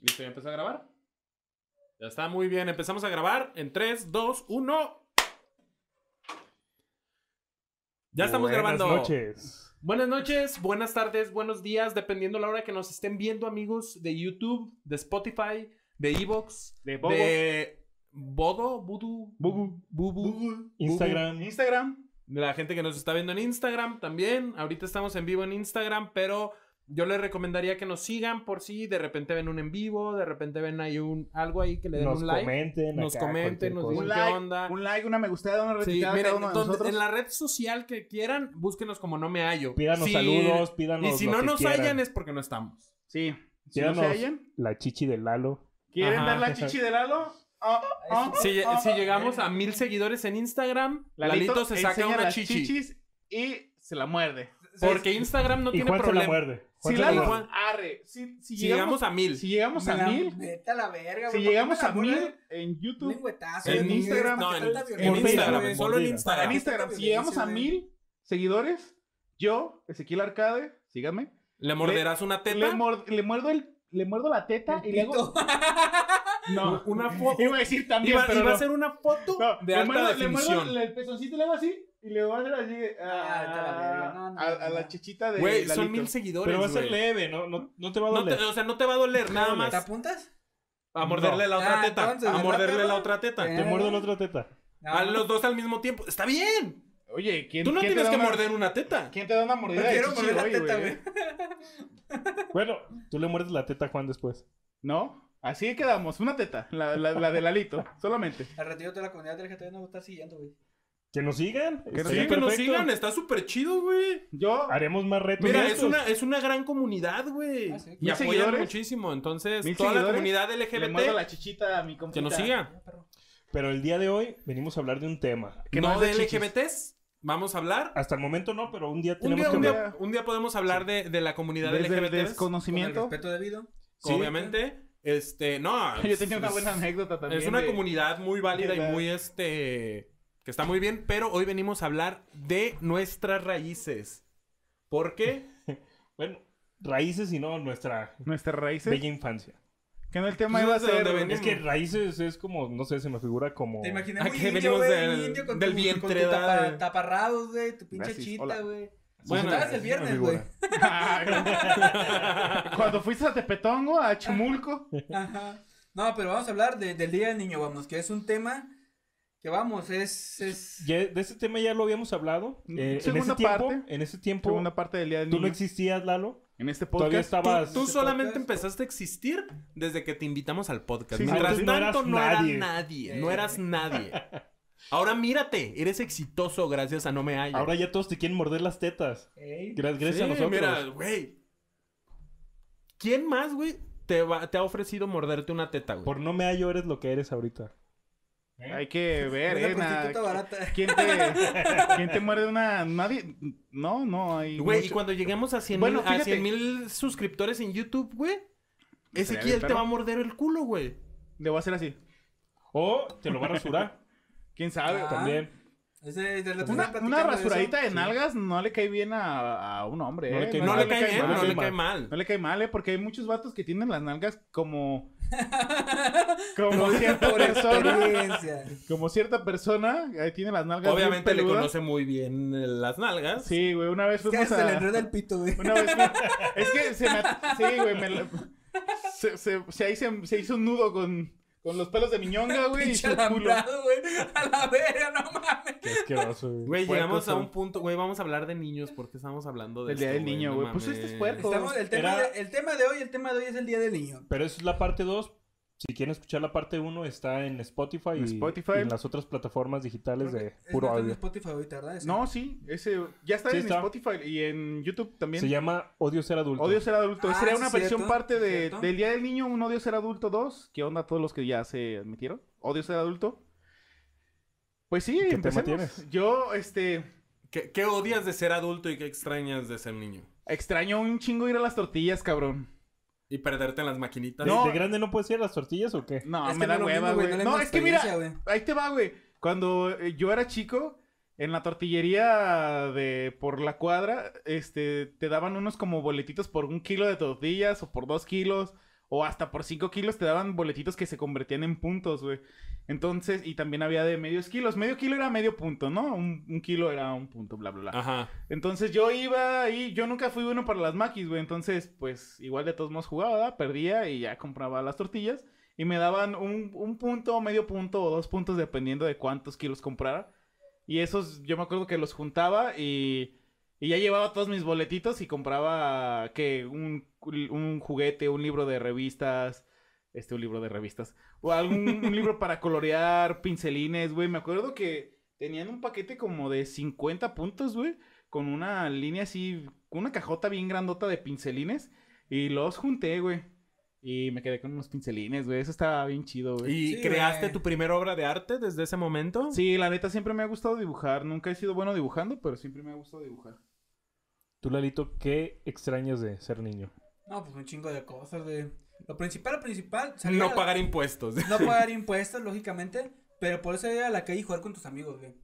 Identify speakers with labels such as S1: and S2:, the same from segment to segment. S1: Listo, ya empezó a grabar. Ya está muy bien, empezamos a grabar en 3, 2, 1. Ya estamos grabando.
S2: Buenas noches.
S1: Buenas noches, buenas tardes, buenos días, dependiendo la hora que nos estén viendo, amigos de YouTube, de Spotify, de Evox,
S3: De Bobo,
S1: de Bodo, Budu,
S2: Bugu,
S1: Bubu,
S3: Google,
S2: Instagram.
S3: Instagram.
S1: de la gente que nos está viendo en Instagram también. Ahorita estamos en vivo en Instagram, pero yo les recomendaría que nos sigan por si de repente ven un en vivo, de repente ven ahí un algo ahí que le den
S2: Nos
S1: un like.
S2: comenten.
S1: nos
S2: acá
S1: comenten,
S2: cualquier
S1: nos
S2: cosa.
S1: digan ¿qué
S3: Un like,
S1: onda?
S3: un like, una me gustada, una
S1: Sí,
S3: retuiteada
S1: miren,
S3: cada uno de
S1: donde-
S3: nosotros.
S1: en la red social que quieran, búsquenos como No Me Hallo.
S2: Pídanos
S1: Sí,
S2: saludos,
S1: Y
S2: pídanos
S1: si
S2: lo
S1: no
S2: que
S1: nos
S2: quieran.
S1: hallan es porque no estamos.
S3: Sí. Si no se
S2: Díganos.
S3: hallan,
S2: La chichi de Lalo.
S3: ¿quieren
S1: Ajá.
S3: ver la chichi de Lalo? Ah, ah,
S1: Si,
S3: ah,
S1: si
S3: ah.
S1: llegamos a mil seguidores en Instagram, Lalito, se saca
S3: enseña
S1: una
S3: las
S1: chichi.
S3: chichis y se la muerde.
S1: Porque Instagram no
S2: y
S1: tiene
S2: Juan se la
S1: problema.
S2: muerde. Juan
S3: Si
S2: se
S1: la
S2: la
S3: Lalo,
S1: muerde.
S2: muerde.
S1: Juan-
S3: arre, si, si
S1: Si llegamos a mil.
S3: si llegamos a
S4: Me la-
S3: mil,
S4: Vete a la verga,
S3: si
S4: güey, ¿por qué
S3: llegamos
S4: me la
S3: a
S4: ponen
S3: mil en
S4: un
S3: YouTube,
S4: lengüetazo,
S1: En
S4: güey?
S1: Instagram,
S4: ¿Por qué
S1: no, en-
S4: tanta
S1: en
S4: violencia,
S2: Instagram,
S4: güey?
S2: solo- en
S3: en
S4: Instagram.
S3: Instagram, si llegamos a mil seguidores, yo, Ezequiel Arcade, síganme,
S1: Le morderás una
S3: le,
S1: teta.
S3: mord- le muerdo el, le muerdo la teta y le hago
S4: Pito.
S3: no,
S1: Una foto.
S3: iba a decir también,
S1: Iba,
S3: pero
S1: iba
S3: no.
S1: a ser una foto
S3: No,
S1: de
S3: le
S1: alta
S3: muerdo- le muerdo
S1: definición.
S3: el- el pezoncito, le hago así y le voy a hacer así. eh,
S4: Ah, vete a la verga, no, no,
S3: a, a
S4: no.
S3: la chichita de.
S1: Güey, son
S3: Lalito.
S1: mil seguidores.
S2: Pero va a ser
S1: güey.
S2: leve, no, no, no te va a
S1: No te-
S2: doler.
S1: o sea, no te va a doler nada
S4: ¿Te
S1: más.
S4: apuntas?
S1: A morderle la otra
S4: Ah,
S1: teta.
S4: entonces,
S1: a
S4: ¿verdad,
S1: morderle
S4: perro?
S1: la otra teta.
S4: Eh.
S2: Te muerdo la otra teta.
S4: No,
S1: A
S4: no.
S1: los dos al mismo tiempo. Está bien.
S3: Oye, ¿quién,
S1: Tú no
S3: quién te
S1: tienes
S3: da
S1: que
S3: una-
S1: morder una teta.
S3: ¿Quién te da una mordida de
S4: Prefiero
S3: chichi
S4: morder la
S3: hoy,
S4: teta,
S3: güey?
S2: Bueno, tú le muerdes la teta a Juan después.
S3: No, así quedamos. Una teta, la, la, la de Lalito, solamente.
S4: Al ratito de la comunidad del GT no va a estar siguiendo, güey.
S2: Que nos sigan.
S3: Que nos
S1: Sí,
S3: sigan,
S1: que nos
S2: perfecto.
S1: sigan, está súper chido, güey.
S3: Yo,
S2: Haremos más retos.
S1: Mira,
S2: de
S1: es
S2: estos.
S1: una, es una gran comunidad, güey.
S4: Ah, sí.
S1: Y
S3: Pues Mil
S1: apoyan
S3: seguidores.
S1: muchísimo. Entonces,
S3: Mil
S1: toda la
S3: seguidores.
S1: comunidad
S3: le muerdo
S1: LGBT
S3: la chichita a mi compañero.
S1: que nos siga.
S4: Ya, perro.
S2: Pero el día de hoy venimos a hablar de un tema.
S3: Que
S1: no
S3: más de
S1: de
S3: chichis.
S1: LGBTs. Vamos a hablar.
S2: Hasta el momento no, pero un día
S1: Un
S2: tenemos
S1: día,
S2: que
S1: un,
S2: hablar.
S1: día, un día podemos hablar de, de la comunidad
S3: Desde el
S1: LGBTs.
S4: Con el
S3: desconocimiento.
S4: respeto debido.
S1: Sí, Obviamente. Este, no.
S3: Yo tenía una
S1: es-
S3: buena anécdota también.
S1: Es una
S3: de-
S1: comunidad muy válida y
S3: ¿Verdad?
S1: muy este que está muy bien, pero hoy venimos a hablar de nuestras raíces. ¿Por qué?
S2: Bueno, raíces y no nuestra
S3: Nuestras raíces.
S2: bella infancia.
S3: Que no el tema
S1: Pues
S3: iba a
S1: desde donde
S3: ser.
S1: venimos.
S2: Es que raíces es como, no sé, se me figura como.
S4: Te imaginé
S1: Oh. ¿A
S4: muy
S1: qué
S4: indio,
S1: venimos
S4: güey,
S1: del-
S4: un indio con
S1: del
S4: tu-
S1: vientre,
S4: con tu
S1: da,
S4: tapa-
S1: de-
S4: taparrados, güey, tu pinche
S3: Gracias,
S4: chita,
S3: hola.
S4: güey.
S1: Bueno,
S4: Bueno, estabas
S2: sí
S4: el
S2: me
S4: viernes, güey.
S2: figura.
S3: Cuando fuiste a Tepetongo, a Chumulco.
S4: Ajá. No, pero vamos a hablar de- del Día del Niño, vamos, que es un tema que, vamos, es... es...
S2: Ya- de este tema ya lo habíamos hablado.
S3: Mm,
S2: Eh, en ese
S3: segunda
S2: tiempo,
S3: parte.
S2: en ese tiempo
S3: Segunda parte del día del
S2: tú no
S3: niño.
S2: existías, Lalo.
S3: En este
S2: Todavía
S3: podcast.
S1: Tú,
S2: estabas.
S1: tú
S4: este
S1: solamente
S4: podcast.
S1: empezaste a existir desde que te invitamos al podcast.
S3: Sí,
S1: Mientras
S2: antes no eras
S1: tanto no eras nadie.
S2: nadie.
S1: no eras nadie. Ahora mírate, eres exitoso gracias a No Me Hallo.
S2: Ahora ya todos te quieren morder las tetas.
S4: Ey.
S2: Gra- Gracias
S1: Sí,
S2: a nosotros.
S1: Mira, güey. ¿Quién más, güey, te, va- te ha ofrecido morderte una teta, güey?
S2: Por no me hallo eres lo que eres ahorita.
S3: Hay que ver,
S4: Una
S3: eh. na-
S4: prostituta barata.
S3: ¿Quién te, ¿Quién te muerde una? Nadie. No, no hay.
S1: Güey, y
S3: mucho-
S1: cuando lleguemos a 100
S3: Bueno,
S1: mil a
S3: fíjate.
S1: 100 mil suscriptores en YouTube, güey,
S3: Estaría
S1: Ezequiel
S3: bien,
S1: te
S3: perro.
S1: va a morder el culo, güey.
S3: Le voy a hacer así.
S2: O te lo va a rasurar
S3: ¿Quién sabe?
S4: Ah,
S2: también.
S4: Es de- de la-
S3: Una,
S4: platicando
S3: una
S4: de eso.
S3: rasuradita de nalgas no le cae bien a, a un hombre,
S2: No
S3: eh.
S2: le cae-
S1: No
S2: mal.
S1: le cae bien,
S2: mal,
S1: no
S2: cae
S1: le
S2: mal.
S1: cae mal.
S3: No le cae mal, eh, porque hay muchos vatos que tienen las nalgas como. Como cierta
S4: Por
S3: persona.
S4: experiencia.
S3: Como cierta persona, ahí tiene las nalgas. bien
S1: Obviamente le
S3: peludas.
S1: conoce muy bien eh, las nalgas.
S3: Sí, güey, una vez
S4: Es que
S3: fuimos
S4: hasta se le
S3: a.
S4: enreda el pito, güey.
S3: Una vez. es que se me. at- Sí, güey, me la- Se, se, se, ahí se- se hizo un nudo con, con los pelos de mi ñonga, güey. y su
S4: Pinche
S3: culo.
S4: alambrado, güey. A la verga, no mames.
S2: Qué asqueroso, güey.
S1: Güey,
S3: Puercos
S1: llegamos a
S3: son.
S1: un punto, güey, vamos a hablar de niños porque estamos hablando de
S3: El día
S1: esto,
S3: del niño,
S1: no
S3: güey. Pues
S1: mames.
S3: este es puerco.
S4: Estamos- el, tema
S2: Era-
S4: de, el tema de hoy, el tema de hoy es el Día del Niño.
S2: Pero eso es la parte 2. Si quieren escuchar la parte 1, está en Spotify,
S3: En
S2: y-
S3: Spotify.
S2: y en las otras plataformas digitales
S4: Creo que
S2: de
S4: es
S2: puro
S4: nuestro en
S2: audio.
S4: Spotify ahorita, ¿verdad? Ese.
S3: No, sí, ese ya está
S2: Sí
S3: en
S2: está.
S3: Spotify y en YouTube también.
S2: Se llama Odio Ser Adulto.
S3: Odio ser adulto.
S4: Ah,
S3: Sería
S4: sí,
S3: una
S4: cierto,
S3: versión parte
S4: sí,
S3: de-
S4: cierto.
S3: del Día del Niño, un Odio ser adulto 2. ¿Qué onda a todos los que ya se admitieron? Odio ser adulto. Pues sí,
S2: ¿Qué tema
S3: empecemos.
S2: tienes?
S3: Yo, este,
S1: ¿Qué, qué odias de ser adulto y qué extrañas de ser niño?
S3: extraño un chingo ir a las tortillas, cabrón.
S1: Y perderte en las maquinitas.
S2: ¿De,
S3: No.
S2: de grande no puedes ir a las tortillas o qué?
S3: No,
S4: Es que
S3: me
S4: no
S3: da
S4: es lo
S3: hueva,
S4: mismo, güey,
S3: güey.
S4: no
S3: No,
S4: es
S3: es que
S4: la
S3: mira,
S4: experiencia,
S3: ahí te va, güey. Cuando eh, yo era chico, en la tortillería de por la cuadra, este, te daban unos como boletitos por un kilo de tortillas o por dos kilos o hasta por 5 kilos te daban boletitos que se convertían en puntos, güey. Entonces, y también había de medios kilos. Medio kilo era medio punto, ¿no? Un, un kilo era un punto, bla, bla, bla.
S1: Ajá.
S3: Entonces yo iba y yo nunca fui bueno para las maquis, güey. Entonces, pues igual de todos modos jugaba, ¿verdad? perdía y ya compraba las tortillas. Y me daban un, un punto, medio punto o dos puntos dependiendo de cuántos kilos comprara. Y esos yo me acuerdo que los juntaba y, y ya llevaba todos mis boletitos y compraba que un, un juguete, un libro de revistas. Este, un libro de revistas. O algún un libro para colorear, pincelines, güey. Me acuerdo que tenían un paquete como de 50 puntos, güey con una línea así, con una cajota bien grandota de pincelines. Y los junté, güey. Y me quedé con unos pincelines, güey. Eso estaba bien chido, güey.
S1: ¿Y
S4: Sí,
S1: creaste
S4: güey.
S1: tu primera obra de arte desde ese momento?
S3: Sí, la neta siempre me ha gustado dibujar. Nunca he sido bueno dibujando, pero siempre me ha gustado dibujar.
S2: Tú, Lalito, ¿qué extrañas de ser niño?
S4: No, pues un chingo de cosas, güey. Lo principal, lo principal. salir a
S1: No
S4: la-
S1: pagar impuestos.
S4: No pagar impuestos, lógicamente. Pero por eso ir a la calle y jugar con tus amigos, güey.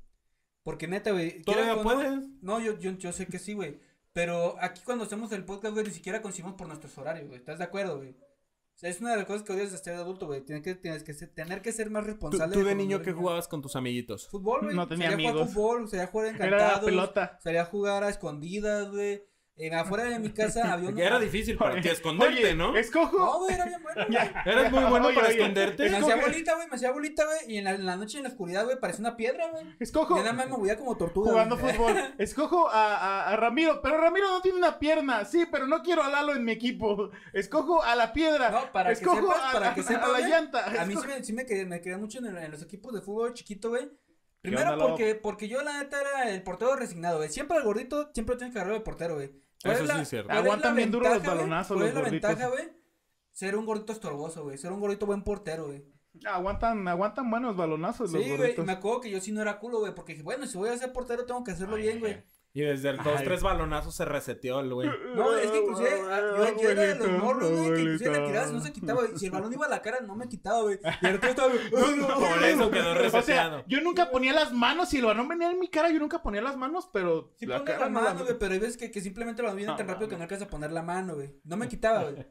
S4: Porque neta, güey. quieras
S1: Todavía
S4: o no-
S1: puedes.
S4: No, yo, yo, yo sé que sí, güey. Pero aquí cuando hacemos el podcast, güey, ni siquiera coincidimos por nuestros horarios, güey. ¿Estás de acuerdo, güey? O sea, es una de las cosas que odias de ser adulto, güey. Tienes que, tienes que ser, tener que ser más
S1: Tú,
S4: responsable.
S1: tú de
S4: con los
S1: niño que
S4: niños.
S1: jugabas con tus amiguitos.
S4: Fútbol, güey.
S3: No tenía
S4: Sería jugar
S3: amigos.
S4: fútbol, sería jugar
S3: Era la
S4: encantados.
S3: pelota.
S4: Sería jugar a escondidas, güey. En afuera de mi casa había una...
S1: Era difícil para ti esconderte,
S3: Oye,
S1: ¿no?
S3: Escojo.
S4: No, güey, era bien bueno. güey.
S1: Eras muy bueno
S3: Oye,
S1: para
S3: oye,
S1: esconderte.
S4: Me
S3: es-
S4: hacía
S3: Escoge-
S4: bolita, güey, me hacía bolita, güey. Y en la, en la noche en la oscuridad, güey, parecía una piedra, güey. Yo
S3: Escojo.
S4: nada más me movía como tortuga.
S3: Jugando
S4: güey.
S3: fútbol. Escojo a, a- a Ramiro, pero Ramiro no tiene una pierna. Sí, pero no quiero a Lalo en mi equipo. Escojo a la piedra.
S4: No, para que
S3: Escojo
S4: sepas,
S3: a-
S4: para
S3: a-
S4: que
S3: a
S4: sepas,
S3: la
S4: güey.
S3: llanta.
S4: A mí sí
S3: Escojo-
S4: me, sí me quería, me quería mucho en, el- en los equipos de fútbol chiquito, güey. Primero
S3: onda, Lobo?
S4: porque, porque yo la neta era el portero resignado, güey. Siempre el gordito, siempre tienes que agarrar el portero, güey. ¿Cuál
S1: Eso
S4: es
S1: sí
S4: la-
S1: es cierto.
S4: cuál es la
S3: Aguantan bien duro
S4: ventaja,
S3: los
S4: güey?
S3: balonazos
S4: ¿Cuál
S3: los
S4: es la
S3: gorditos.
S4: ventaja, güey? Ser un gordito estorboso, güey. Ser un gordito buen portero, güey.
S3: Aguantan, aguantan buenos balonazos los
S4: Sí, güey. y
S3: gorditos.
S4: Me acuerdo que yo sí no era culo, güey. Porque dije, bueno, si voy a ser portero, tengo que hacerlo bien, güey.
S1: Y desde el dos,
S3: Ay.
S1: tres balonazos se reseteó el güey.
S4: No, es que inclusive yo, yo era de los
S3: Abuelito,
S4: morros, güey, que inclusive la
S3: abuelito.
S4: tirada no se quitaba. güey. Si el balón iba a la cara, no me quitaba, güey. Y el otro estaba, güey, "Ay, no".
S1: Por eso quedó
S3: O sea,
S1: reseteado.
S3: yo nunca ponía las manos y el balón venía en mi cara, yo nunca ponía las manos, pero
S4: Sí
S3: la
S4: pongo la
S3: cara no la-
S4: mano, güey, pero hay veces que, que simplemente lo viene
S3: No,
S4: tan rápido que
S3: mames.
S4: no alcanza a poner la mano, güey. No me quitaba, güey.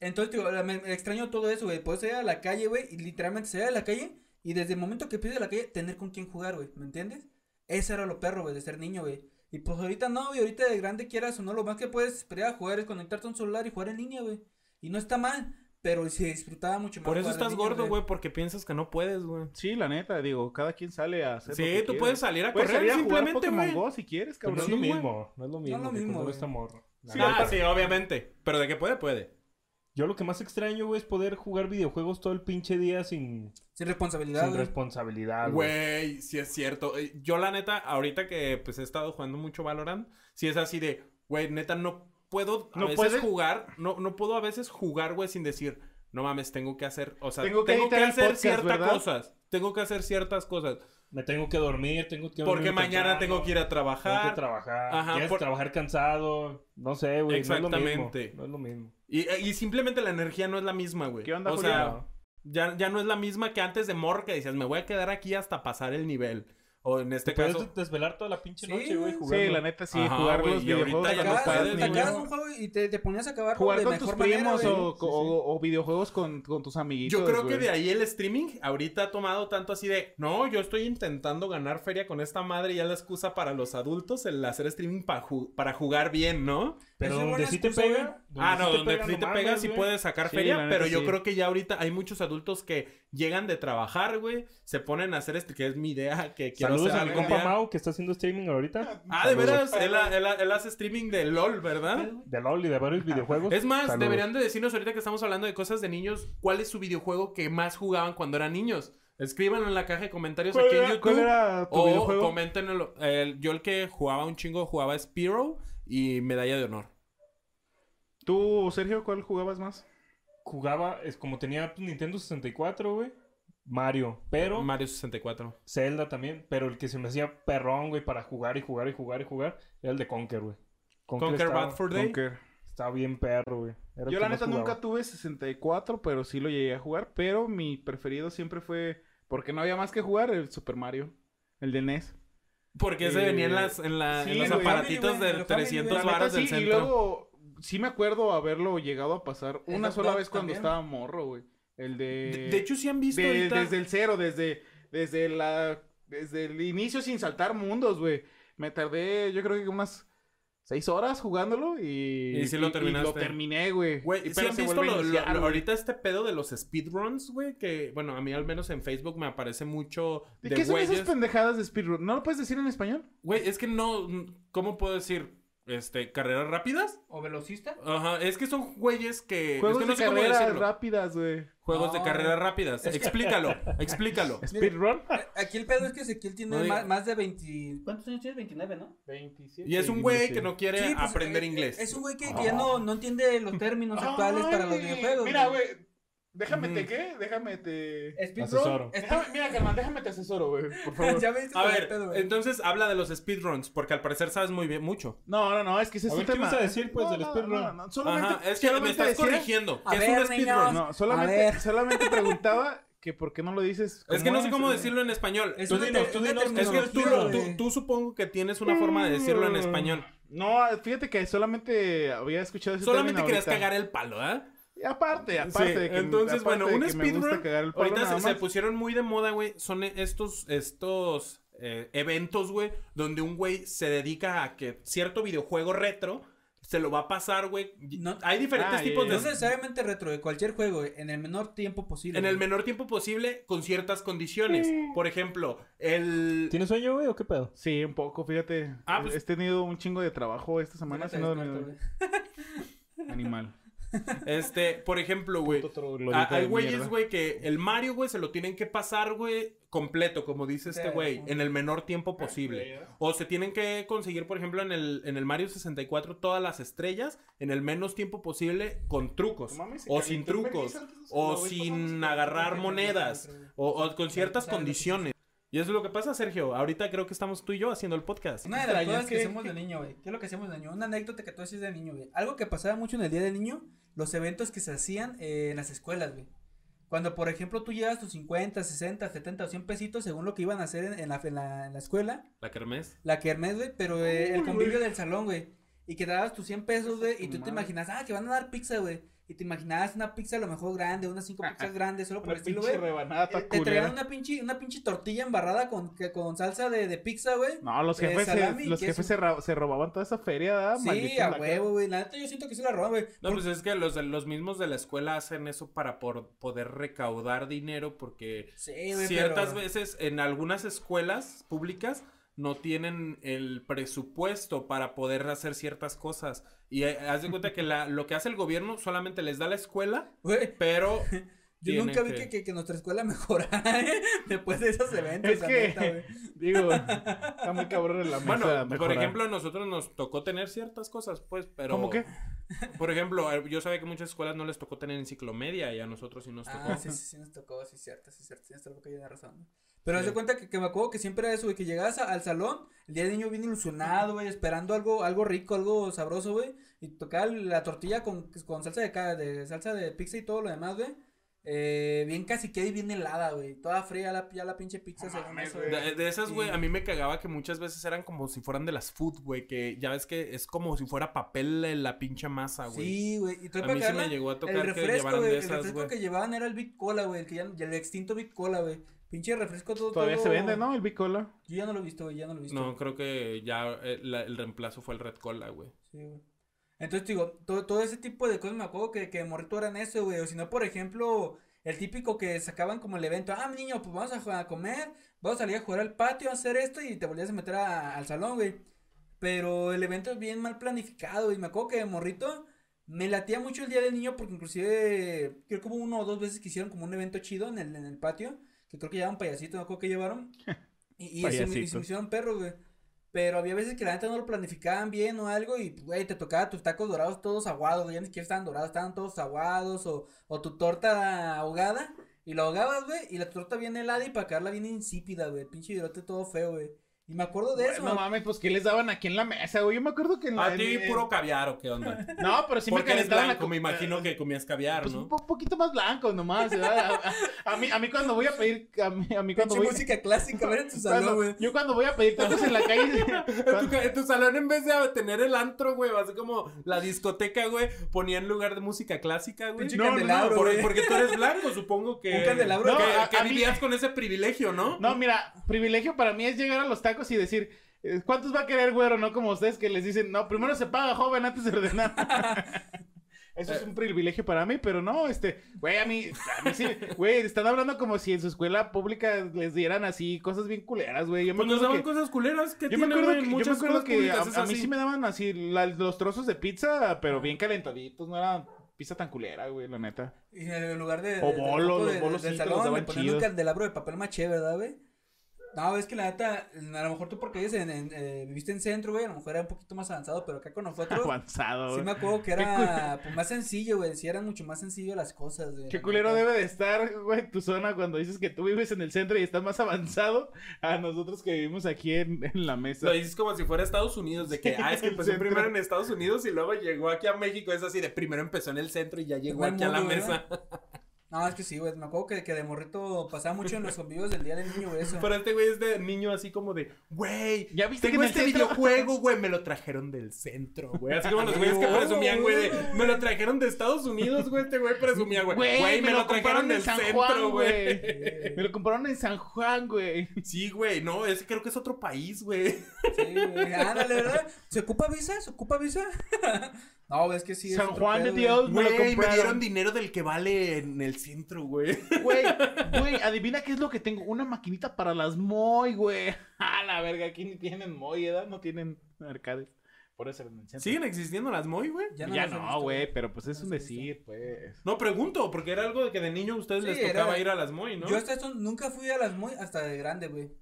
S4: Entonces, digo, la- me, me extraño todo eso, güey. Puedes salir a la calle, güey, y literalmente salir a la calle y desde el momento que pides a la calle, tener con quién jugar, güey. ¿Me entiendes? Ese era lo perro, güey, de ser niño, güey. Y pues ahorita no, güey, ahorita de grande quieras o no, lo más que puedes esperar a jugar es conectarte a un celular y jugar en línea, güey. Y no está mal, pero se disfrutaba mucho más.
S1: Por eso
S4: jugar de
S1: estás
S4: niño,
S1: gordo, güey, porque piensas que no puedes, güey.
S3: Sí, la neta, digo, cada quien sale a hacer lo que
S1: Sí, tú
S3: quiere.
S1: puedes salir a
S3: Puedes
S1: correr
S3: salir a jugar
S1: simplemente,
S3: Pokémon
S1: güey. Pues
S3: Go si quieres,
S2: Pero Pues no
S3: cabrón.
S1: sí,
S2: es lo
S1: güey.
S2: mismo, no es lo mismo.
S4: No es lo
S2: que
S4: mismo,
S2: cuando
S4: güey.
S2: eres morro. La
S3: Sí,
S2: neta.
S1: Ah, sí, obviamente. Pero de que puede, puede.
S2: Yo lo que más extraño, güey, es poder jugar videojuegos todo el pinche día sin,
S4: Sin
S2: sin
S4: responsabilidad, güey.
S2: responsabilidad, güey.
S1: Güey, sí es cierto. Eh, Yo la neta, ahorita que pues he estado jugando mucho Valorant, sí es así de, güey, neta, no puedo a
S3: ¿No
S1: veces
S3: puedes?
S1: jugar, no, no puedo a veces jugar, güey, sin decir, no mames, tengo que hacer, o sea, tengo
S3: Tengo que
S1: que,
S3: editar el
S1: hacer
S3: podcast,
S1: ciertas
S3: ¿verdad?
S1: cosas. Tengo que hacer ciertas cosas.
S2: Me tengo que dormir, tengo que
S1: Porque
S2: dormir
S1: mañana
S2: temprano,
S1: tengo que ir a
S2: tengo que
S1: trabajar.
S2: trabajar.
S1: Ajá,
S2: Quieres
S1: por-
S2: trabajar cansado. No sé, güey.
S1: Exactamente.
S2: No es lo mismo.
S1: y, y simplemente la energía no es la misma, güey.
S3: ¿Qué onda,
S1: o
S2: No es
S1: sea,
S2: lo
S3: Julián?
S2: mismo.
S1: ya, ya no es la misma que antes de Morca, decías, me voy a quedar aquí hasta pasar el nivel. O en este
S2: Te puedes
S1: caso.
S2: desvelar toda la pinche
S4: Sí,
S2: noche, güey,
S4: güey.
S2: jugando.
S3: Sí, la neta, sí,
S1: Ajá,
S3: jugar
S1: güey,
S3: los
S1: y ahorita
S3: videojuegos
S1: ya
S3: cuando
S1: cada
S3: estás
S1: vez
S4: Acabas,
S1: ni
S4: te
S1: acabas
S4: acabas
S3: niño.
S4: un juego y te, te ponías a acabar
S3: Jugar
S4: de
S3: con tus
S4: mejor manera,
S3: primos
S4: güey.
S3: o,
S2: Sí, sí.
S3: o- o videojuegos con, con tus amiguitos,
S1: Yo creo que
S3: güey.
S1: de ahí el streaming ahorita ha tomado tanto así de, no, yo estoy intentando ganar feria con esta madre y ya la excusa para los adultos el hacer streaming pa ju- para jugar bien, ¿no?
S2: Pero
S4: Esa es
S2: donde
S4: buena
S2: sí te
S4: excusa, güey.
S2: pega.
S1: Ah, no, donde
S2: pega,
S1: sí te
S2: mames,
S1: pegas sí
S2: güey.
S1: puedes sacar
S3: Sí,
S1: feria,
S3: la neta,
S1: pero yo
S3: sí.
S1: creo que ya ahorita hay muchos adultos que llegan de trabajar, güey, se ponen a hacer streaming, que es mi idea, que quiero
S2: Saludos
S1: hacer
S2: a mi
S1: algún
S2: compa
S1: día.
S2: Mau que está haciendo streaming ahorita.
S1: Ah, de
S2: Saludos.
S1: veras, él, ha- él ha- él hace streaming de LOL, ¿verdad?
S2: De LOL y de varios videojuegos.
S1: Ah, Es más,
S2: Saludos.
S1: deberían de decirnos ahorita que estamos hablando de cosas de niños, ¿cuál es su videojuego que más jugaban cuando eran niños? Escríbanlo en la caja de comentarios
S3: ¿Cuál
S1: aquí en
S3: era,
S1: YouTube.
S3: cuál era tu
S1: O
S3: videojuego?
S1: coméntenlo. El- yo el que jugaba un chingo jugaba Spiro y Medalla de Honor.
S3: Tú, Sergio, ¿cuál jugabas más?
S2: Jugaba, es como tenía pues, Nintendo 64, güey. Mario, pero
S1: Mario 64.
S2: Zelda también, pero el que se me hacía perrón, güey, para jugar y jugar y jugar y jugar, era el de Conker, güey.
S1: Conquer
S2: estaba,
S1: Bad for Day.
S3: Conker.
S2: estaba bien perro, güey. Era el
S3: Yo
S2: que
S3: la
S2: más
S3: neta
S2: jugaba.
S3: nunca tuve 64, pero sí lo llegué a jugar. Pero mi preferido siempre fue, porque no había más que jugar, el Super Mario, el de NES.
S1: Porque se
S3: Eh,
S1: venía en, las, en, la- en
S3: sí,
S1: los
S3: güey.
S1: aparatitos
S4: Family, güey,
S1: de
S4: los Family,
S1: 300
S3: La
S4: güey.
S3: neta,
S1: varas del
S3: sí, y
S1: centro.
S3: luego sí me acuerdo haberlo llegado a pasar
S4: El
S3: una
S4: Hot
S3: sola
S4: Dog
S3: vez cuando
S4: también.
S3: estaba morro, güey. El de...
S1: De, de hecho, sí han visto
S3: eh, de-
S1: ahorita-
S3: desde el cero, desde, desde la... Desde el inicio sin saltar mundos, güey. Me tardé, yo creo que unas seis horas jugándolo y...
S1: Y sí lo terminaste.
S3: lo terminé, güey.
S1: Güey,
S3: Y
S1: ¿sí
S3: pero
S1: han
S3: se
S1: visto
S3: vuelve a
S1: lo- lo-
S3: iniciar,
S1: lo-
S3: güey.
S1: ahorita este pedo de los speedruns, güey? Que, bueno, a mí al menos en Facebook me aparece mucho
S3: ¿De
S1: de
S3: qué son esas
S1: güeyes.
S3: pendejadas de speedrun? ¿No lo puedes decir en español?
S1: Güey, es que no, ¿cómo puedo decir? Este, ¿carreras rápidas?
S4: ¿O velocista?
S1: Ajá, es que son güeyes que... es
S3: Juegos
S1: que no
S3: de
S1: sé cómo
S3: carreras
S1: decirlo.
S3: rápidas, güey.
S1: Juegos de
S4: No.
S1: carreras rápidas. Explícalo, explícalo.
S2: ¿Speedrun?
S4: Ah. Aquí el pedo es que Ezequiel tiene
S1: No diga-
S4: más, más de 20... ¿Cuántos años tienes? 29, ¿no?
S2: 27.
S1: Y es un güey que no quiere
S4: Sí, pues,
S1: aprender
S4: eh,
S1: inglés. Ah.
S4: Es un güey que, que ya no, no entiende los términos actuales para los
S3: Ay,
S4: videojuegos.
S3: Mira, güey. Déjame
S1: Ujú.
S3: te qué, déjame te.
S4: Speedrun.
S2: Asesoro.
S4: Speed-
S3: Déjame- mira, carnal, déjame te asesoro, güey. Por favor.
S4: ya ves,
S1: A
S4: ese
S1: ver,
S4: pedo, güey.
S1: entonces habla de los speedruns, porque al parecer sabes muy bien mucho.
S3: No, no, no, es que ese
S2: A
S3: es
S2: ver,
S3: un
S2: ¿qué
S3: tema.
S2: ibas a decir, pues,
S3: No,
S2: del
S3: no,
S2: speedrun?
S3: No, no, solamente,
S1: Ajá, es que me
S3: solamente
S1: estás
S3: decía-
S1: corrigiendo.
S4: A
S1: que es
S4: ver,
S1: un speedrun?
S4: niños.
S3: No, solamente,
S4: A ver.
S3: solamente preguntaba que por qué no lo dices.
S1: Es que no sé cómo decirlo en español.
S4: Es
S1: Tú
S4: una
S1: dinos,
S4: te-
S1: tú
S4: una
S1: dinos. Es que tú,
S4: tecnología,
S1: lo- tú,
S4: güey.
S1: tú supongo que tienes una forma de decirlo en español.
S3: No, fíjate que solamente había escuchado ese
S1: Solamente
S3: término
S1: querías
S3: ahorita.
S1: cagar el palo, ¿ah?
S3: Y aparte, aparte.
S1: Sí,
S3: de que-
S1: entonces,
S3: aparte
S1: bueno,
S3: de
S1: un
S3: que me gusta
S1: speedrun.
S3: cagar el palo,
S1: Ahorita
S3: nada
S1: se, se
S3: más.
S1: pusieron muy de moda, güey. Son e, estos, estos eh, eventos, güey, donde un güey se dedica a que cierto videojuego retro se lo va a pasar, güey. Y-
S4: No-
S1: Hay diferentes
S3: Ah,
S1: tipos
S3: ya,
S1: de.
S4: No necesariamente retro de cualquier juego, güey, en el menor tiempo posible.
S1: En el
S4: güey.
S1: menor tiempo posible, con ciertas condiciones. Por ejemplo, el.
S2: ¿Tienes sueño, güey, o qué pedo?
S3: Sí, un poco, fíjate.
S1: Ah, pues-
S3: He tenido un chingo de trabajo esta semana.
S4: Déjate
S3: si no,
S4: despertar,
S3: no,
S4: güey.
S3: Animal.
S1: Este, por ejemplo, güey.
S2: Puto
S1: Ah,
S2: troglodita
S1: Hay
S2: de
S1: güeyes,
S2: mierda.
S1: güey, que el Mario, güey, se lo tienen que pasar, güey, completo, como dice este
S4: Sí,
S1: güey,
S4: ajá.
S1: en el menor tiempo
S3: Ah,
S1: posible. O se tienen que conseguir, por ejemplo, en el, en el Mario 64 todas las estrellas en el menos tiempo posible con trucos.
S3: No mames, se
S1: o sin
S3: calentó el
S1: trucos.
S3: vergüenza antes de-
S1: O
S3: la vez
S1: sin
S3: pasada,
S1: agarrar
S4: sí,
S1: monedas.
S4: sí, sí, sí.
S1: O, o con ciertas
S4: Sí, sí, sí.
S1: condiciones. Y eso es lo que pasa, Sergio. Ahorita creo que estamos tú y yo haciendo el podcast.
S4: Una de las
S3: Extraño,
S4: cosas que
S3: ¿qué?
S4: hacemos de niño, güey. ¿Qué es lo que hacemos de niño? Una anécdota que tú hacías de niño, güey. Algo que pasaba mucho en el día de niño, los eventos que se hacían eh, en las escuelas, güey. Cuando, por ejemplo, tú llevas tus 50, 60, 70 o 100 pesitos según lo que iban a hacer en, en la, en la- en la escuela,
S1: La kermés.
S4: la kermés, güey, pero eh, el convivio del salón, güey. Y que te dabas tus 100 pesos, güey, y tú te
S3: madre.
S4: imaginas, ah, que van a dar pizza, güey. Y te imaginabas una pizza a lo mejor grande, unas 5 pizzas grandes, solo por
S3: Una
S4: el estilo,
S3: pinche
S4: güey.
S3: rebanada
S4: Eh,
S3: toda
S4: Te traían
S3: culera.
S4: una pinche, una pinche tortilla embarrada con, que- con salsa de, de pizza, güey.
S3: No, los
S4: eh,
S3: jefes,
S4: salami,
S3: se, los
S4: queso.
S3: jefes se, ra- se robaban toda esa feria, ¿verdad?
S4: Sí,
S3: Malditos
S4: a
S3: lacras.
S4: huevo, güey. La neta yo siento que sí la roban, güey.
S1: No,
S4: Por-
S1: pues es que los, los mismos de la escuela hacen eso para por- poder recaudar dinero porque
S4: sí, Eh, güey,
S1: Ciertas
S4: pero-
S1: veces en algunas escuelas públicas no tienen el presupuesto para poder hacer ciertas cosas. Y eh, haz de cuenta que la- lo que hace el gobierno solamente les da la escuela,
S4: Güey,
S1: pero
S4: yo
S1: tienen
S4: nunca vi que, que, que nuestra escuela mejorara, ¿eh? Después de esos eventos,
S3: Es
S4: la
S3: que-
S4: neta, güey.
S3: Digo, está muy cabrón en la mesa.
S1: Bueno, por
S3: mejorar.
S1: ejemplo, a nosotros nos tocó tener ciertas cosas, pues, pero...
S3: ¿Cómo qué?
S1: Por ejemplo, eh, yo sabía que muchas escuelas no les tocó tener enciclomedia y a nosotros sí nos tocó.
S4: Ah, sí, sí, sí, nos tocó, sí, cierto, sí, cierto. Tienes algo que llenar razón. ¿no? Pero
S1: Sí.
S4: haz de cuenta que, que me acuerdo que siempre era eso, güey, que llegabas a- al salón, el día de niño bien ilusionado, güey, esperando algo, algo rico, algo sabroso, güey, y tocaba la tortilla con, con salsa de, ca- de salsa de pizza y todo lo demás, güey. Eh, bien caciqueada y bien helada, güey. Toda fría la, ya la pinche pizza,
S3: No
S4: según
S3: mames,
S4: eso,
S3: güey.
S4: güey.
S1: De, de esas, güey,
S4: Y-
S1: a mí me cagaba que muchas veces eran como si fueran de las food, güey, que ya ves que es como si fuera papel en la pinche masa, güey.
S4: Sí, güey. Y
S1: A mí sí me llegó a
S4: el
S1: tocar que
S4: refresco,
S1: llevaran
S4: güey,
S1: de
S4: el
S1: esas,
S4: refresco
S1: güey.
S4: que llevaban era el Big Cola, güey, el que ya, el extinto Big Cola, güey. Pinche refresco todo
S3: Todavía
S4: todo-
S3: se vende, ¿no? El bicola.
S4: Yo ya no lo he visto, güey, ya no lo he visto.
S1: No, creo que ya eh, la- el reemplazo fue el Red Cola, güey.
S4: Sí, güey. Entonces, digo, todo, todo ese tipo de cosas me acuerdo que, que de morrito eran eso, güey. O si no, por ejemplo, el típico que sacaban como el evento, ah, niño, pues vamos a, jugar- a comer, vamos a salir a jugar al patio, a hacer esto y te volvías a meter a- al salón, güey. Pero el evento es bien mal planificado y me acuerdo que de morrito me latía mucho el día del niño porque inclusive creo que hubo uno o dos veces que hicieron como un evento chido en el, en el patio, que creo que llevaban payasito, me acuerdo que llevaron. Y, y, se, me- y se
S3: Payasito.
S4: me hicieron perros, güey. Pero había veces que la neta no lo planificaban bien o algo y, güey, te tocaba tus tacos dorados todos aguados, güey, ya ni siquiera estaban dorados, estaban todos aguados o, o tu torta ahogada y la ahogabas, güey, y la torta bien helada y para caerla bien insípida, güey, pinche virote todo feo, güey. Y me acuerdo de eso.
S3: No mames, pues ¿qué les daban aquí en la mesa, güey? Yo me acuerdo que en la...
S1: A ti
S3: en-
S1: puro caviar o qué onda.
S3: No, pero sí me
S1: Porque eres
S3: calentaban la
S1: blanco, me
S3: comida.
S1: imagino que comías caviar,
S3: Pues un
S1: ¿no?
S3: po- poquito más blanco nomás, ¿verdad? A, a- a mí, a mí cuando voy a pedir... A mí, a mí cuando
S4: Pinche
S3: voy...
S4: música clásica, a ver en su salón,
S3: cuando-
S4: güey.
S3: yo cuando voy a pedir tacos en la calle...
S1: En tu, ca- en tu salón, en vez de tener el antro, güey, así como la discoteca, güey, ponía en lugar de música clásica, güey.
S4: Pinche
S3: No, no, no,
S4: candelabro,
S1: Por-
S4: güey.
S1: porque tú eres blanco, supongo que.
S4: Un candelabro.
S1: que-
S3: No, a-
S1: que
S3: a mí-
S1: vivías con ese privilegio, ¿no? Pues
S3: No, mira, privilegio para mí es llegar a los tacos y decir, eh, ¿cuántos va a querer, güero? No como ustedes que les dicen, no, primero se paga, joven, antes de ordenar. Eso es un privilegio para mí, pero no, este, güey, a mí, a mí sí, güey, están hablando como si en su escuela pública les dieran así cosas bien culeras, güey. Yo me
S1: Pues nos
S3: acuerdo
S1: daban
S3: que-
S1: cosas culeras que
S3: yo me
S1: tiene,
S3: acuerdo
S1: güey,
S3: que, yo me
S1: muchas
S3: acuerdo
S1: cosas
S3: que a,
S1: públicas, es
S3: a mí
S1: así.
S3: sí me daban así la- los trozos de pizza, pero bien calentaditos, no era pizza tan culera, güey, la neta.
S4: Y en lugar de.
S3: O
S4: de-
S3: bolos,
S4: tampoco
S3: los
S4: de-
S3: bolos
S4: del
S3: sí te los
S4: salón,
S3: daban
S4: le ponían un
S3: chidos.
S4: candelabro de papel maché, ¿verdad, güey? No, es que la neta, a lo mejor tú porque vives en, en, eh, viviste en centro, güey, a lo mejor era un poquito más avanzado, pero acá con
S1: Pues,
S4: nosotros.
S3: Avanzado,
S4: Sí
S3: güey.
S4: me acuerdo que era pues, más sencillo, güey. Sí eran mucho más sencillo las cosas, güey.
S3: Qué
S4: la
S3: culero
S4: neta.
S3: debe de estar, güey, tu zona cuando dices que tú vives en el centro y estás más avanzado a nosotros que vivimos aquí en, en la mesa.
S1: Lo dices como si fuera Estados Unidos, de que, ah, es que empezó
S3: Centro.
S1: primero en Estados Unidos y luego llegó aquí a México. Es así, de primero empezó en el centro y ya llegó
S4: Primer
S1: aquí a la
S4: mundo,
S1: mesa.
S4: No, es que sí, güey. Me acuerdo que, que de morrito pasaba mucho en los convivios del día del niño, güey. Eso.
S1: Pero este güey es de niño así como de, güey,
S3: ¿Ya viste
S1: tengo
S3: que en el
S1: este
S3: centro-
S1: videojuego, güey, me lo trajeron del centro, güey. Así como los güeyes que
S4: No,
S1: presumían, güey, de,
S4: güey.
S1: me lo trajeron de Estados Unidos, güey, este güey presumía, güey. Güey, me, lo trajeron
S3: compraron
S1: del centro, güey.
S4: Eh,
S3: Me lo compraron en San Juan, güey.
S1: Sí, güey, no, ese creo que es otro país, güey.
S4: Sí, güey. Ándale, ¿verdad? ¿Se ocupa visa? ¿Se ocupa visa? no, güey, es que sí. es
S3: San
S4: otro
S3: Juan de
S4: pedo,
S3: Dios.
S4: güey.
S3: Me lo
S1: Güey, me
S3: compraron.
S1: dieron dinero del que vale en el centro, güey.
S3: Güey, güey, adivina qué es lo que tengo. Una maquinita para las Moy, güey. A la verga, aquí ni tienen Moy, ¿verdad? No tienen arcades. Por eso en el centro.
S1: ¿Siguen existiendo las MOI, güey?
S3: ya
S4: las he
S3: no,
S4: visto,
S3: güey, pero pues es
S4: No
S3: un
S4: las he visto.
S3: decir, pues.
S1: No pregunto, porque era algo de que de niño a ustedes
S4: Sí,
S1: les tocaba
S4: era-
S1: ir a las MOI, ¿no?
S4: Yo hasta eso nunca fui a las muy hasta de grande, güey.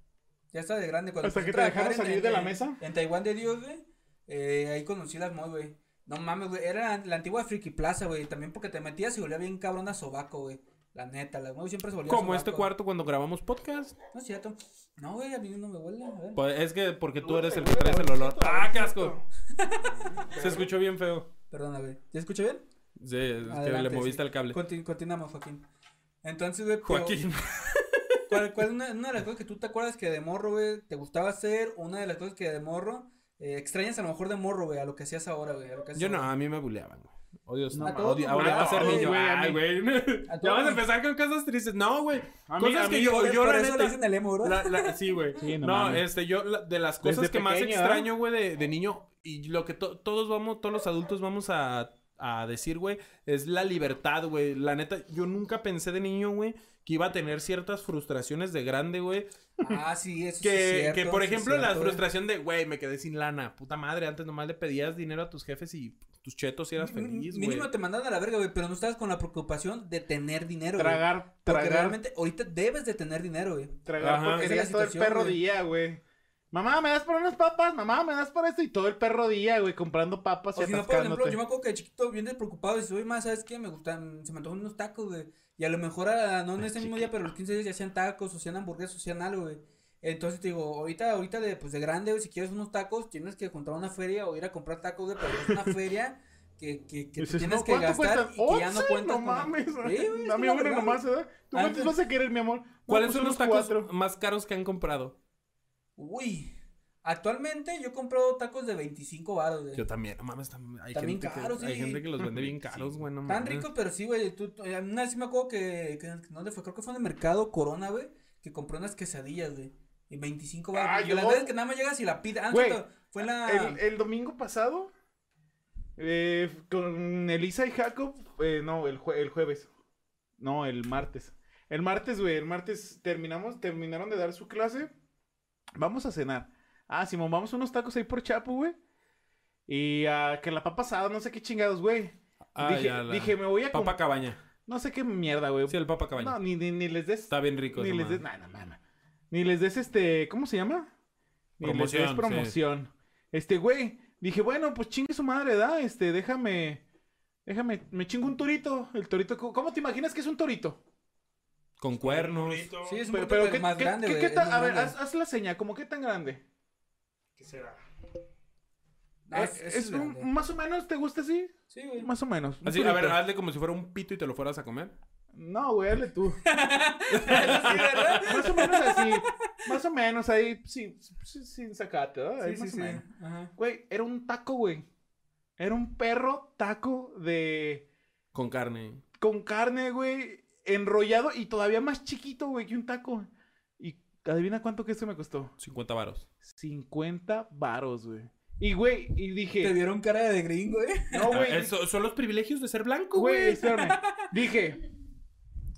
S4: Ya hasta de grande. Cuando
S3: ¿Hasta
S4: empecé
S3: que
S4: a
S3: te
S4: trabajar
S3: dejaron
S4: en-
S3: salir de la
S4: en-
S3: mesa?
S4: En Taiwán de Dios, güey. eh, ahí conocí las muy, güey. No mames, güey. Era la, la antigua Friki Plaza, güey. También porque te metías y volvía bien cabrón a sobaco, güey. La neta, las muy siempre se volvían
S1: Como este
S4: sobaco.
S1: cuarto cuando grabamos podcast.
S4: No es cierto. No, güey, a mí no me huele. A ver.
S1: Pues es que porque tú eres el que traes el olor. ¡Ah, casco! Se escuchó bien feo.
S4: Perdona, güey. ¿Ya escucho bien?
S1: Sí, es que le
S4: Adelante,
S1: moviste
S4: sí.
S1: el cable.
S4: Conti- continuamos, Joaquín. Entonces, güey, pero-
S1: Joaquín.
S4: ¿Cuál, cuál es una, una de las cosas que tú te acuerdas que de morro, güey, te gustaba hacer? Una de las cosas que de morro eh, extrañas a lo mejor de morro, güey, a lo que hacías ahora, güey. a lo que haces
S1: Yo no,
S4: ahora.
S1: a mí me buleaban, güey. Odio,
S3: No,
S1: odio-
S4: a todos
S1: odio-
S4: nos
S1: odiaba ser
S4: buleaban,
S1: niño.
S3: güey, a
S1: Ay,
S3: mí.
S1: güey.
S4: A
S1: Ya vas
S4: todos.
S1: a empezar con cosas tristes. No, güey.
S3: A mí-
S1: Cosas
S3: a
S1: que
S3: mí-
S1: yo,
S4: Por-
S1: yo
S4: por
S1: la
S4: eso le
S1: neta.
S4: dicen el emo, ¿verdad?
S1: La- la- sí, güey.
S3: Sí, no
S1: no,
S3: mames.
S1: este, yo, la- de las cosas
S3: Desde
S1: que más
S3: pequeño, ¿eh?
S1: extraño, güey, de, de niño, y lo que to- todos vamos, todos los adultos vamos a, a decir, güey, es la libertad, güey. La neta, yo nunca pensé de niño, güey, que iba a tener ciertas frustraciones de grande, güey.
S4: Ah, sí, eso sí es
S1: Que,
S4: cierto,
S1: que, por
S4: sí es
S1: ejemplo, la
S4: cierto, güey.
S1: frustración de, güey, me quedé sin lana. Puta madre, antes nomás le pedías dinero a tus jefes y tus chetos y eras
S4: M-
S1: feliz, güey.
S4: Mínimo te mandaban a la verga, güey, pero no estabas con la preocupación de tener dinero, güey.
S3: Tragar,
S4: Porque
S3: tragar
S4: realmente ahorita debes de tener dinero, güey.
S3: Tragar
S1: Ajá.
S4: Esa
S3: porquerías
S4: es la
S3: todo el
S4: situación,
S3: perro
S4: güey.
S3: día, güey. Mamá, ¿me das por unas papas? Mamá, ¿me das por esto? Y todo el perro día, güey, comprando papas y
S4: O si no, por ejemplo,
S3: atascándote.
S4: yo me acuerdo que de chiquito bien despreocupado y soy más, ¿sabes qué? Me gustan, se me antojan unos tacos, güey. Y a lo mejor, a- no en ese mismo día, pero los 15 días ya hacían tacos, o hacían hamburguesas, o hacían algo, güey. Entonces te digo, ahorita, ahorita de, pues de grande, güey, si quieres unos tacos, tienes que juntar una feria o ir a comprar tacos, güey, pero es una feria que, que, que te
S3: Dices,
S4: tienes
S3: no,
S4: que
S3: ¿cuánto
S4: gastar
S3: cuestan?
S4: y que ya no
S3: ¡Once!
S4: cuentas
S3: No
S4: con la-
S3: mames.
S4: Sí, güey,
S3: Dame
S4: es que la
S3: una
S4: verdad,
S3: nomás, ¿verdad? ¿Tú cuántos
S4: Antes-
S3: vas a querer, mi amor? No,
S1: ¿Cuáles
S3: pues
S1: son los
S3: unos
S1: tacos
S3: cuatro.
S1: más caros que han comprado?
S4: Uy, actualmente yo compro tacos de 25 baros, güey.
S1: Yo también, no mames, tam- hay,
S4: También
S1: gente
S4: caros,
S1: que, hay
S4: sí.
S1: gente que los vende bien caros, güey, no
S4: Tan
S1: mames.
S4: ricos, pero sí, güey. Tú, tú- a mí una vez sí me acuerdo que, que- ¿Dónde fue? Creo que fue en el mercado Corona, güey. Que compré unas quesadillas, güey. Y 25 baros.
S3: Ah,
S4: Ah,
S3: yo-
S4: Las veces que nada más llegas y la pidas. Ah, no,
S3: Güey,
S4: cierto, fue en la.
S3: El, el domingo pasado, eh, con Elisa y Jacob, eh, no, el, jue- el jueves. No, el martes. El martes, güey, el martes terminamos, terminaron de dar su clase. Vamos a cenar. Ah, Simón, vamos a unos tacos ahí por Chapu, güey. Y ah, que la papa asada, no sé qué chingados, güey.
S1: Ah,
S3: dije,
S1: ya, la-
S3: dije, me voy a
S1: Papa
S3: comprar.
S1: Cabaña.
S3: No sé qué mierda, güey.
S1: Sí, el Papa Cabaña.
S3: no, ni, ni, ni les des.
S1: Está bien rico.
S3: ni
S1: esa
S3: les
S1: madre.
S3: des. nah, nah, nah, nah. Ni les des este. ¿Cómo se llama? Ni les
S1: Promoción,
S3: des
S1: sí.
S3: promoción. Este, güey. Dije, bueno, pues chingue su madre, da. Este, déjame. Déjame. Me chingo un torito. El torito. ¿cómo- ¿Cómo te imaginas que es un torito?
S1: Con cuernos.
S4: Sí, es un
S3: Pero, pero
S4: poquito pero
S3: ¿qué,
S4: más
S3: qué-
S4: grande,
S3: qué-
S4: güey.
S3: qué
S4: es
S3: tan-
S4: más
S3: A ver,
S4: grande.
S3: haz, haz la seña. ¿Cómo qué tan grande?
S2: ¿Qué será?
S4: Ah,
S3: Es,
S4: ese
S3: es un-
S4: grande.
S3: más o menos, ¿te gusta así?
S4: Sí, güey.
S3: Más o menos. un
S1: Así, a ver,
S3: purito.
S1: hazle como si fuera un pito y te lo fueras a comer.
S3: No, güey, hazle tú.
S4: Sí, ¿verdad?
S3: más o menos así. Más o menos ahí, sí, sí, sin sacate, ¿verdad? Ahí
S4: Sí, sí,
S3: más o
S4: sí.
S3: menos.
S4: Ajá.
S3: Güey, era un taco, güey. Era un perro taco de.
S1: Con carne.
S3: con carne, güey, enrollado y todavía más chiquito, güey, que un taco. Y adivina cuánto que esto me costó.
S1: 50 varos.
S3: 50 varos, güey. Y, güey, y
S4: Te
S3: dije,
S4: vieron cara de gringo, güey.
S3: no,
S1: Ah,
S3: güey,
S1: eh, so- son los privilegios de ser blanco,
S3: güey,
S1: güey.
S3: espérame. Dije,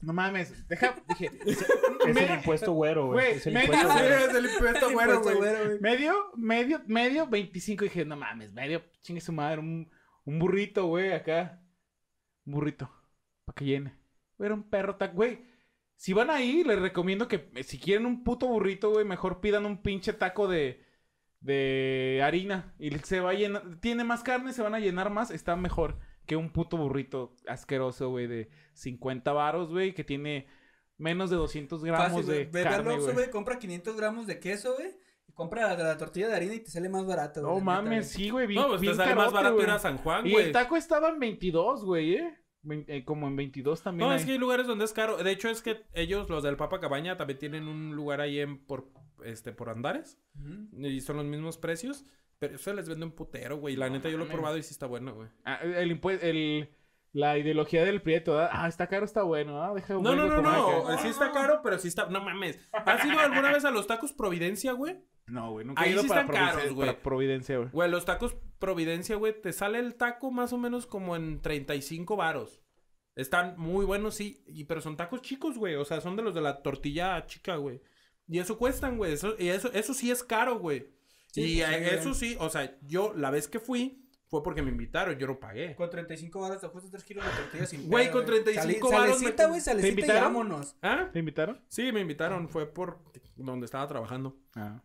S3: no mames, deja, dije,
S2: Es
S3: me-
S2: el impuesto güero, güey.
S3: Güey,
S2: Es el
S3: me-
S2: impuesto
S3: Ah,
S2: güero.
S1: el impuesto,
S4: Impuesto güero, güey.
S3: medio, medio, medio, 25. Dije, no mames, medio, chingue su madre, un, un burrito, güey, acá. Un burrito, para que llene. Era un perro taco, güey. Si van ahí, les recomiendo que eh, si quieren un puto burrito, güey, mejor pidan un pinche taco de, de harina. Y se va a llenar, tiene más carne, se van a llenar más, está mejor que un puto burrito asqueroso, güey, de 50 varos, güey, que tiene menos de 200 gramos
S4: Fácil, güey.
S3: de
S4: Ve al
S3: carne,
S4: Oxxo,
S3: güey.
S4: güey, compra 500 gramos de queso, güey. Y compra la, la tortilla de harina y te sale más barato, güey.
S3: No
S4: la neta,
S3: mames,
S4: güey.
S3: sí, güey, bien,
S1: No, pues te
S3: bien
S1: sale más
S3: carote,
S1: barato
S3: güey.
S1: ir a San Juan,
S3: Y
S1: güey.
S3: el taco estaba en 22, güey, ¿eh? Vein- eh, Como en 22 también.
S1: No,
S3: ahí.
S1: es que hay lugares donde es caro. De hecho, es que ellos, los del Papa Cabaña, también tienen un lugar ahí en por este por Andares.
S4: Ujú.
S1: Y son los mismos precios. Pero eso les vende un putero, güey. La neta, yo lo he
S3: mames.
S1: probado y sí está bueno, güey.
S3: Ah, el impue- el- la ideología del prieto, ¿verdad? Ah, está caro, está bueno, ¿ah? Deja,
S1: No, no,
S3: vuelvo
S1: no,
S3: con
S1: no. Eh,
S3: acá.
S1: Sí
S4: "Ah,
S1: está caro, pero sí está. No mames. ¿Has ido alguna vez a los tacos Providencia, güey?
S3: No, güey, nunca
S1: Ahí
S3: he ido
S1: sí
S3: para,
S1: están
S3: Providencia,
S1: caros, güey.
S3: para Providencia, güey.
S1: Güey, los tacos Providencia, güey, te sale el taco más o menos como en 35 varos. Están muy buenos, sí, y, pero son tacos chicos, güey. O sea, son de los de la tortilla chica, güey. Y eso cuestan, güey. Eso, y eso, eso sí es caro, güey.
S4: Sí,
S1: y
S4: pues,
S1: eh,
S4: sí, güey.
S1: eso sí, o sea, yo la vez que fui fue porque me invitaron, yo no pagué.
S4: Con 35 baros te ajustas 3 kilos de tortilla sin
S1: Güey,
S4: pedo,
S1: con 35
S4: Sale-
S1: varos me-
S4: Salecita, güey, salecita y
S3: invitaron?
S4: vámonos.
S1: ¿Ah?
S3: ¿Te invitaron?
S1: Sí, me invitaron, fue por donde estaba trabajando.
S3: Ah.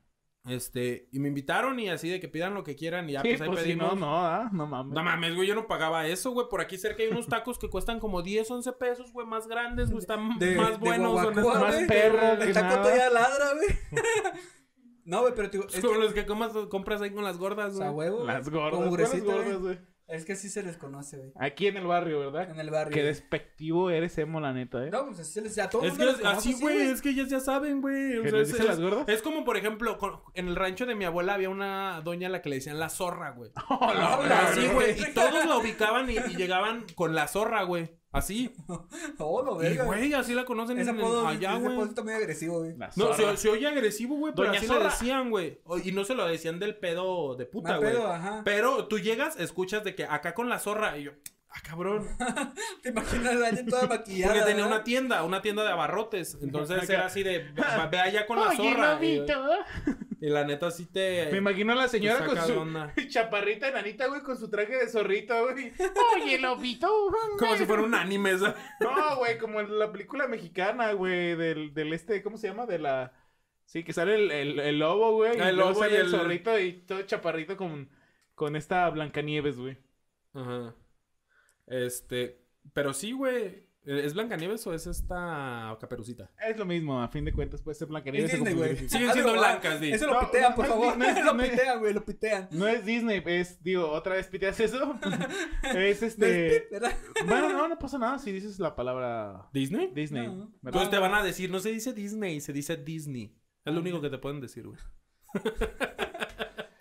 S1: Este, y me invitaron y así de que pidan lo que quieran y ya
S3: sí,
S1: pues ahí
S3: pues si
S1: pedimos.
S3: no, no, ¿ah? No mames.
S1: No mames, güey, yo no pagaba eso, güey. Por aquí cerca hay unos tacos que cuestan como 10, 11 pesos, güey, más grandes, güey, están
S4: De-
S1: más
S4: de
S1: buenos.
S4: guaguacoa,
S1: honestamente.
S3: más
S4: güey.
S3: perro que
S4: El taco
S3: nada.
S4: todavía ladra, güey. No, güey, pero te digo,
S1: Es
S4: es
S1: como
S4: que...
S1: los que comas, compras ahí con las gordas,
S4: o
S1: güey.
S4: sea, huevo,
S3: Las
S4: güey,
S3: gordas,
S4: con
S3: ¿cuáles
S4: gruesito,
S3: gordas,
S4: güey.
S3: güey.
S4: Es que así se les conoce, güey.
S3: Aquí en el barrio, ¿verdad?
S4: En el barrio.
S3: Qué
S4: güey.
S3: despectivo eres, emo, la neta, ¿eh?
S4: No, pues así se les... A todo
S1: Es
S4: mundo
S1: que
S4: les
S1: es-
S4: conoce
S1: así, güey, es que ellas ya saben, güey. O
S3: ¿Que
S1: sea,
S3: les
S1: es,
S3: dicen las
S1: es-
S3: gordas?
S1: es como, por ejemplo, con- en el rancho de mi abuela había una doña a la que le decían la zorra, güey.
S4: Hola, hola,
S1: Así,
S4: Ah, güey.
S1: güey. Y todos la ubicaban y, y llegaban con la zorra, güey. Así.
S4: Oh, no,
S1: Y,
S4: verga.
S1: güey, así la conocen en,
S4: Ese
S1: en-
S4: apodo,
S1: allá,
S4: ese
S1: güey.
S4: apodo está muy agresivo, güey.
S3: La
S1: No, se,
S3: zorra.
S1: se oye agresivo, güey, pero
S3: Doña
S1: así
S3: Zorra.
S1: le decían, güey. O- Y no se lo decían del pedo de puta,
S4: Más
S1: güey.
S4: pedo, ajá.
S1: Pero tú llegas, escuchas de que acá con la zorra. Y yo, ah, cabrón.
S4: Te imaginas la niña toda maquillada.
S1: Porque tenía
S4: ¿verdad?
S1: una tienda, una tienda de abarrotes. Entonces
S3: Acá.
S1: era así de, ve, ve allá con la
S3: Oye,
S1: zorra. Y,
S3: mamito.
S1: y la neta sí te.
S3: Me imagino a la
S1: te
S3: señora
S1: saca
S3: con
S1: de
S3: su,
S1: onda.
S3: Chaparrita enanita, güey, con su traje de zorrito, güey. Oye, lobito.
S1: Como si fuera un anime, ¿sabes?
S3: No, güey, como en la película mexicana, güey, del, del este, ¿cómo se llama? De la... Sí, que sale el, el- el lobo, güey.
S1: Ah, el
S3: luego
S1: lobo
S3: sale
S1: y
S3: el
S1: el-
S3: zorrito y todo chaparrito con, con esta Blancanieves, güey.
S1: Ajá. Este. Pero sí, güey. ¿Es Blancanieves o es esta caperucita?
S3: Es lo mismo, a fin de cuentas, puede ser Blancanieves.
S4: Es
S3: o
S4: Disney,
S3: como-
S4: güey.
S1: Siguen siendo
S4: Ah,
S1: blancas, di.
S4: Eso lo
S3: No,
S4: pitean,
S3: no,
S4: por
S3: no, no, no,
S4: favor. lo
S3: no.
S4: pitean, güey, lo pitean.
S3: No es Disney, es, digo, otra vez piteas eso. es
S4: No es
S3: este...
S4: pit, ¿verdad?
S3: bueno, no, no pasa nada si dices la palabra
S1: ¿Disney?
S3: Disney.
S4: No.
S3: ¿verdad?
S1: Entonces te van a decir, no se dice Disney, se dice Disney. Es lo único que te pueden decir, güey.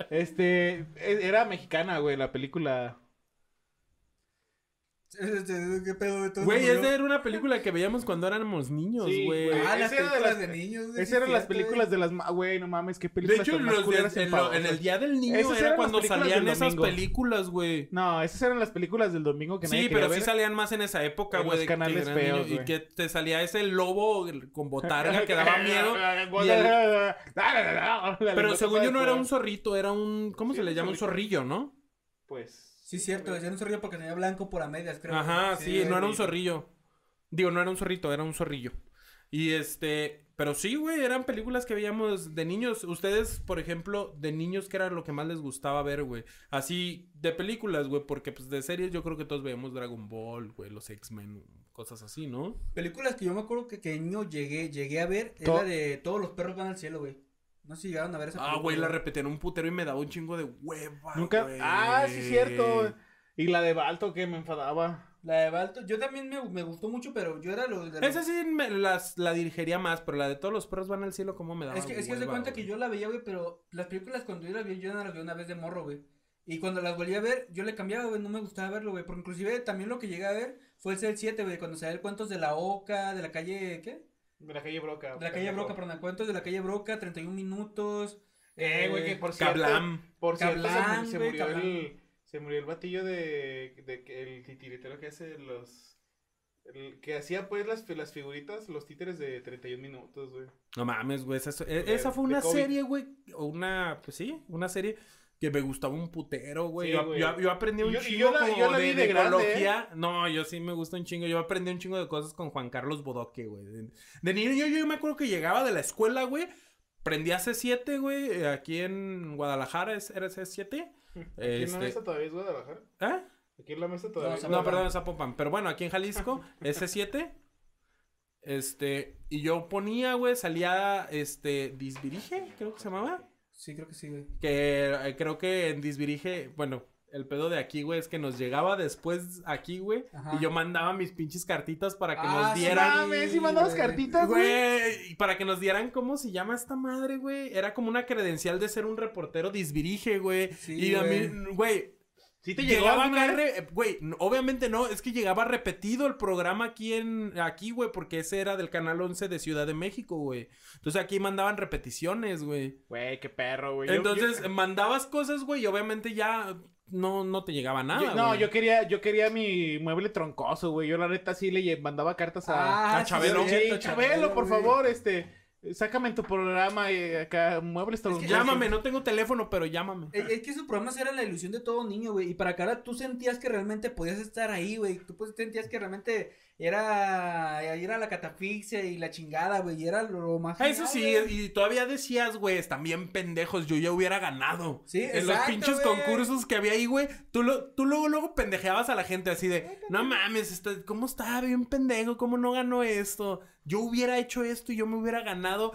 S3: Este, e- era mexicana, güey, la película.
S4: este, ¿Qué pedo de todo?
S1: Güey,
S4: murió.
S1: esa era una película que veíamos cuando éramos niños,
S3: Sí,
S1: güey.
S3: güey.
S4: Ah, las
S3: Esa era de
S4: películas
S3: las-
S4: de niños, güey. sí
S3: Esas eran
S4: es
S3: las
S4: cierto,
S3: películas de las... ma- Güey, no mames, qué
S1: De
S3: películas
S1: hecho,
S3: tan
S1: los de-
S3: culeras y
S1: en, lo- en
S3: enfadosas.
S1: el Día del Niño
S3: Esas
S1: era
S3: eran
S1: cuando
S3: las películas
S1: salían
S3: del
S1: esas
S3: domingo.
S1: películas, güey.
S3: No, esas eran las películas del domingo que nadie
S1: Sí,
S3: quería
S1: pero sí
S3: ver.
S1: salían más en esa época,
S3: En
S1: güey.
S3: los
S1: de que
S3: canales
S1: eran niños
S3: feos,
S1: Y
S3: güey.
S1: que te salía ese lobo con botarga que daba miedo. y el-
S3: Pero
S1: Pero según yo no era un zorrito, era un... ¿Cómo se le llama? Un zorrillo, ¿no?
S3: Pues...
S4: Sí, cierto. Yo no sonrío porque tenía blanco por a medias, creo.
S1: Ajá, sí, no era un
S4: güey.
S1: zorrillo. Digo, no era un zorrito, era un zorrillo. Y este, pero sí, güey, eran películas que veíamos de niños. Ustedes, por ejemplo, de niños, ¿qué era lo que más les gustaba ver, güey? Así, de películas, güey, porque pues de series yo creo que todos veíamos Dragon Ball, güey, los X-Men, cosas así, ¿no?
S4: Películas que yo me acuerdo que, que de niño llegué, llegué a ver es
S3: To-
S4: la de Todos los perros van al cielo, güey. No sé si llegaron a ver esa
S1: Ah, güey, la
S4: película.
S1: repetían un putero y me daba un chingo de hueva.
S3: Nunca.
S1: güey.
S3: Ah, sí, cierto. Y la de Balto que me enfadaba.
S4: La de Balto. Yo también me, me gustó mucho, pero yo era lo de.
S1: Esa sí me las, la dirigiría más, pero la de todos los perros van al cielo, ¿cómo me daba
S4: Es que, es que haz de
S1: hueva,
S4: cuenta
S1: güey?
S4: que yo la veía, güey, pero las películas cuando yo las vi, yo no las vi una vez de morro, güey. Y cuando las volví a ver, yo le cambiaba, güey, no me gustaba verlo, güey. Porque inclusive también lo que llegué a ver fue el 7, güey, cuando salía el cuentos de la Oca, de la calle, ¿qué?
S3: De la calle Broca.
S4: De la calle Broca, perdón, cuentos de la calle Broca, 31 minutos.
S3: Eh, güey, que por cierto.
S1: Cablam.
S3: Por cierto, se mu-
S4: Cablan,
S3: se,
S4: güey,
S3: murió
S4: Cablan.
S3: el. Se murió el batillo de. de que- el titiritero que hace los. el que hacía pues las, fi- las figuritas, los títeres de 31 minutos, güey.
S1: No mames, güey. Esa, e-
S3: Pues De-
S1: esa fue
S3: de
S1: una
S3: COVID.
S1: serie, güey. O una, pues sí, una serie que me gustaba un putero, güey.
S3: Sí,
S1: yo,
S3: güey.
S1: yo- yo aprendí un
S3: Y yo- y
S1: chingo
S3: yo la-
S1: como
S3: yo la
S1: de,
S3: vi de grande, ¿eh?
S1: ecología. No, yo sí me gusta un chingo. Yo aprendí un chingo de cosas con Juan Carlos Bodoque, güey. De, de niño yo, yo me acuerdo que llegaba de la escuela, güey. Prendía C7, güey. eh, Aquí en Guadalajara es, era C7.
S3: ¿Aquí en la
S1: Este-
S3: mesa todavía es Guadalajara?
S1: ¿Eh?
S3: ¿Aquí en la mesa todavía es
S1: No,
S4: Zapopan.
S1: perdón, Zapopan. Pero bueno, aquí en Jalisco, ese 7. Este, y yo ponía, güey, salía, este, Disvirige, creo que se llamaba.
S4: Sí, creo que sí, güey.
S1: Que eh, creo que en Disvirige, bueno, el pedo de aquí, güey, es que nos llegaba después aquí, güey.
S4: Ajá.
S1: Y yo mandaba mis pinches cartitas para que
S4: Ah,
S1: nos
S4: sí,
S1: dieran.
S3: mames, sí mandabas
S4: güey.
S3: cartitas,
S1: Güey, y para que nos dieran, ¿cómo se llama esta madre, güey? Era como una credencial de ser un reportero disvirige, güey.
S4: Sí,
S1: y a mí, güey,
S3: Sí
S1: llegaba
S3: alguna
S1: acá,
S3: vez?
S1: re- güey, no, obviamente no, es que llegaba repetido el programa aquí en aquí, güey, porque ese era del canal 11 de Ciudad de México, güey. Entonces aquí mandaban repeticiones, güey.
S3: Güey, qué perro, güey. Yo-
S1: Entonces
S3: yo-
S1: mandabas cosas, güey, y obviamente ya no no te llegaba nada,
S3: yo- no,
S1: güey.
S3: yo quería, yo quería mi mueble troncoso, güey. Yo la neta sí le lle- mandaba cartas a.
S1: a Chabelo.
S3: Ah, Sí,
S4: cierto,
S3: Chabelo, por
S4: güey.
S3: favor, este. Sácame en tu programa eh, acá, muebles troncosos.
S1: Llámame, no tengo teléfono, pero llámame.
S4: Es, es que esos programas eran la ilusión de todo niño, güey. Y para que ahora tú sentías que realmente podías estar ahí, güey. Tú pues, sentías que realmente era, era la catafixia y la chingada, güey. Y era lo más.
S1: Ah, Eso
S4: genial,
S1: sí,
S4: güey.
S1: y todavía decías, güey, están bien pendejos, yo ya hubiera ganado.
S4: Sí,
S1: en los
S4: exacto,
S1: pinches
S4: güey.
S1: concursos que había ahí, güey, tú, lo, tú luego, luego pendejeabas a la gente así de, no mames, está- ¿cómo está bien pendejo? ¿Cómo no ganó esto? Yo hubiera hecho esto y yo me hubiera ganado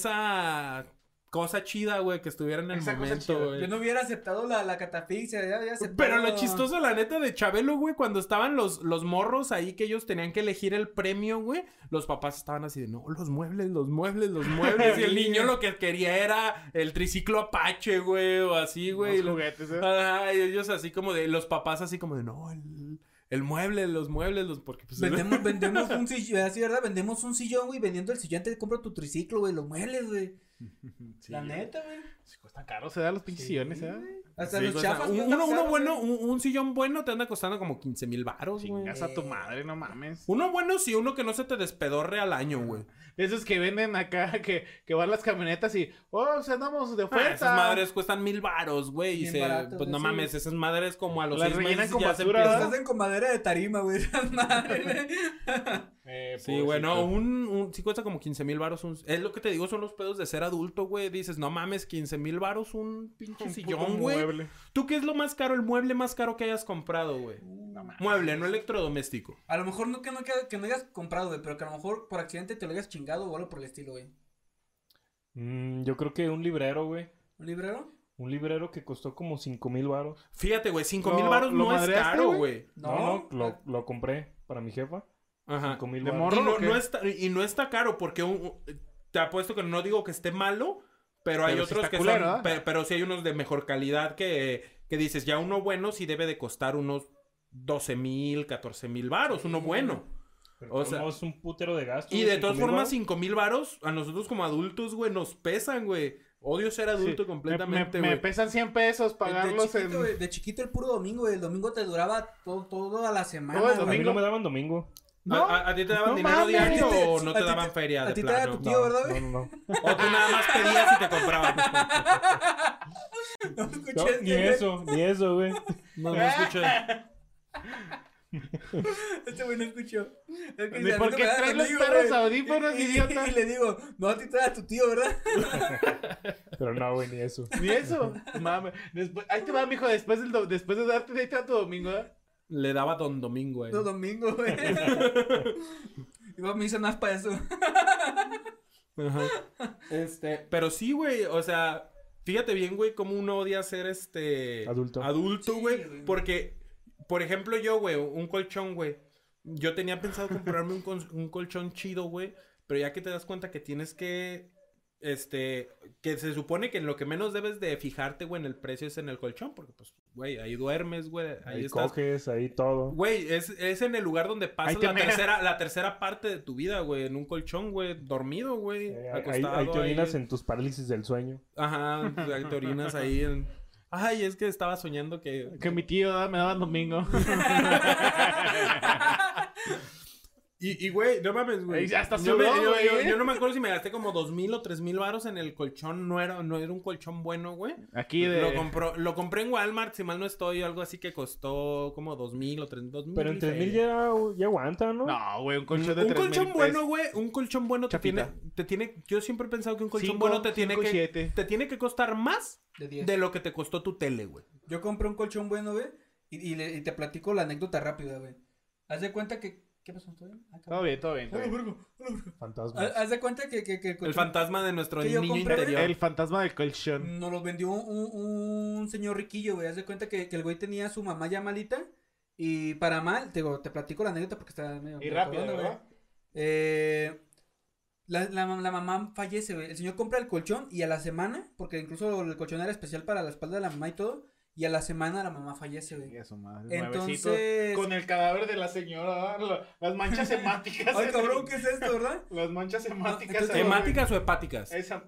S1: esa cosa chida, güey, que estuviera en el
S3: Esa cosa chida.
S1: momento,
S4: Yo
S1: güey.
S4: no hubiera aceptado la, la catafixia. ya había aceptado-
S1: Pero lo chistoso, la neta, de Chabelo, güey, cuando estaban los, los morros ahí que ellos tenían que elegir el premio, güey, los papás estaban así de, no, los muebles, los muebles, los muebles. y el niño lo que quería era el triciclo Apache, güey, o así, güey. y
S3: Los
S1: lo-
S3: juguetes, ¿eh?
S1: Ajá, y ellos así como de, los papás así como de, no, el, el mueble, los muebles, los, porque pues...
S4: Vendemos, vendemos un sillón, así, ¿verdad? Vendemos un sillón, güey. Vendiendo el sillón te compro tu triciclo, güey. Lo mueles, güey.
S3: Sí,
S4: la
S3: güey.
S4: neta, güey.
S3: Sí, cuestan caros, se dan los pinches sillones, ¿eh?
S4: Hasta
S1: Sí, pues,
S4: los
S1: o sea,
S4: chafas.
S1: un-
S4: güey,
S1: uno,
S4: están
S1: uno
S4: caros,
S1: bueno,
S4: güey.
S1: un, un sillón bueno te anda costando como 15 mil baros, güey.
S3: Chingas a tu madre, no mames.
S1: Uno bueno sí, uno que no se te despedorre al año, güey.
S3: De esos que venden acá, que, que van las camionetas y, oh, o sea, andamos de
S1: Ah,
S3: oferta.
S1: esas madres cuestan mil varos, güey. Y
S4: Bien
S1: se,
S4: baratos,
S1: pues no
S4: sí.
S1: mames, esas madres como a los
S3: Las
S1: seis
S3: rellenan
S1: meses
S3: con
S1: ya se
S3: basura,
S1: empiezan-
S4: Estás en comadera de tarima, güey. esas madres, güey.
S2: Eh,
S1: Sí,
S2: pobrecito.
S1: güey, no, un, un, sí cuesta como 15 mil varos. un- Es lo que te digo, son los pedos de ser adulto, güey. Dices, no mames, 15 mil varos un pinche
S3: Un puto
S1: sillón, güey.
S3: mueble.
S1: ¿Tú qué es lo más caro, el mueble más caro que hayas comprado, güey? Mueble, no electrodoméstico.
S4: A lo mejor no que, no que, que no hayas comprado, güey, pero que a lo mejor por accidente te lo hayas chingado o algo por el estilo, güey.
S2: Mm, yo creo que un librero, güey.
S4: ¿Un librero?
S2: Un librero que costó como 5 mil baros.
S1: Fíjate, güey, 5
S3: Lo-
S1: mil varos
S3: lo
S1: no es
S3: madreaste,
S1: caro,
S3: güey.
S1: güey.
S2: No, no, lo, lo compré para mi jefa.
S1: Ajá.
S2: 5 mil
S3: De
S2: baros.
S3: morro.
S1: Y
S3: ¿Porro
S1: no,
S3: o qué?
S1: no está, y no está caro porque un- te apuesto que no digo que esté malo, pero hay
S3: Pero sí
S1: otros
S3: está
S1: que
S3: culero,
S1: son,
S3: ¿verdad?
S1: pe- pero, sí hay unos de mejor calidad que, que dices, ya uno bueno sí debe de costar unos 12 mil, 14 mil varos, uno
S4: Sí.
S1: bueno.
S2: Pero
S1: o
S2: de todos
S1: sea-
S2: modos es un putero de gasto.
S1: Y
S2: güey,
S1: de todas
S2: 5,000
S1: formas,
S2: baros.
S1: 5 mil varos a nosotros como adultos, güey, nos pesan, güey. Odio ser adulto
S3: Sí,
S1: completamente,
S3: me, me,
S1: güey.
S3: me pesan 100 pesos
S4: de,
S3: pagarlos
S4: chiquito,
S3: en...
S4: güey, de chiquito el puro domingo, güey. El domingo te duraba todo, toda la semana.
S3: Todo el
S2: A
S4: güey.
S2: mí
S3: domingo.
S2: no me daban domingo.
S1: ¿A-
S3: ¿No?
S1: ¿A, a ti te daban
S3: No
S1: dinero
S3: mames.
S1: diario
S4: A ti te-
S1: o no
S4: a
S1: te
S4: ti te-
S1: daban feria
S4: a
S1: de
S4: ti te da
S1: plano?
S4: tu tío, ¿verdad, güey?
S2: No, no, no.
S1: O tú nada más pedías y te compraban.
S4: No escuché
S2: No,
S4: este,
S2: ni
S4: güey.
S2: eso, ni eso, güey.
S1: No, no escuché.
S4: Este güey no escuchó. Es que
S3: Ni
S4: dice, a mí
S3: por
S4: no
S3: qué
S4: me da
S3: traes los
S4: conmigo,
S3: perros
S4: güey.
S3: audífonos,
S4: Y- y-
S3: idiota?
S4: Y le digo, no, a ti te da tu tío, ¿verdad?
S2: Pero no, güey, ni eso.
S3: Ni eso. Mame. Después, ahí te va, mijo, después, del do- después de darte ahí te va tu domingo, ¿eh?
S1: Le daba Don Domingo, güey.
S4: Los domingos, güey. Iba a misa nada más para eso.
S1: Ajá. Este, pero sí, güey, o sea, fíjate bien, güey, cómo uno odia ser este
S2: Adulto.
S1: adulto,
S4: Sí,
S1: güey,
S4: güey.
S1: porque por ejemplo, yo, güey, un colchón, güey. Yo tenía pensado comprarme un, cons- un colchón chido, güey, pero ya que te das cuenta que tienes que este que se supone que en lo que menos debes de fijarte, güey, en el precio es en el colchón, porque pues, güey, ahí duermes, güey, ahí,
S2: Ahí,
S1: estás.
S2: coges, ahí todo.
S1: Güey, es, es en el lugar donde
S3: Ahí
S1: pasas
S3: te
S1: la
S3: meas.
S1: tercera, la tercera parte de tu vida, güey. En un colchón, güey. Dormido, güey.
S2: Eh, ahí- ahí,
S1: acostado.
S2: ahí te orinas
S1: ahí.
S2: en tus parálisis del sueño.
S1: Ajá, pues, ahí te orinas ahí en... Ay, es que estaba soñando que...
S3: Que mi tío ah, me daba el domingo.
S1: Y, y, güey, no mames, güey.
S3: Ahí ya está
S1: yo, me-
S3: sudó,
S1: yo- yo-
S3: güey.
S1: yo no me acuerdo si me gasté como dos mil o tres mil varos en el colchón. No era, no era un colchón bueno, güey.
S3: Aquí de...
S1: Lo, compró, lo compré en Walmart, si mal no estoy, algo así que costó como dos mil o tres dos mil.
S2: Pero en 3000
S1: eh.
S2: ya, ya aguanta, ¿no?
S3: No, güey, un colchón de
S1: un
S3: 3,000
S1: colchón
S3: pesos.
S1: bueno, güey, un colchón bueno te
S3: Chapita.
S1: tiene, te tiene, yo siempre he pensado que un colchón
S3: Cinco,
S1: bueno te tiene
S3: cinco,
S1: que,
S3: siete.
S1: te tiene que costar más
S4: De 10.
S1: de lo que te costó tu tele, güey.
S4: Yo compré un colchón bueno, güey. Y, y le- y te platico la anécdota rápida, güey. Haz de cuenta que. ¿Qué pasó? ¿Todo bien? Ah,
S3: Todo
S4: cabrón.
S3: bien, todo bien.
S4: A
S3: todo
S4: la
S3: bien.
S4: verga, a la verga.
S2: Fantasmas.
S4: Ha- Haz de cuenta que, Pues que, que el
S1: El
S4: colchón
S1: fantasma de nuestro
S4: Que yo
S1: niño
S4: compré, güey.
S1: interior.
S3: El fantasma del colchón.
S4: nos lo vendió un, un señor riquillo, güey. Haz de cuenta que, que el güey tenía a su mamá ya malita. Y para mal, te, digo, te platico la anécdota porque está medio.
S3: Y rápido,
S4: cabrona,
S3: ¿verdad?
S4: Eh, la, la mam- la mamá fallece, güey. El señor compra el colchón y a la semana, porque incluso el colchón era especial para la espalda de la mamá y todo. Y a la semana la mamá fallece,
S3: Y
S4: güey.
S3: a su madre, nuevecito.
S4: Entonces.
S3: Con el cadáver de la señora, lo- las manchas hemáticas.
S4: Ay, cabrón, ¿qué es esto, verdad?
S3: Las manchas hemáticas.
S4: entonces-
S3: güey.
S1: ¿Temáticas o hepáticas?
S3: Esa-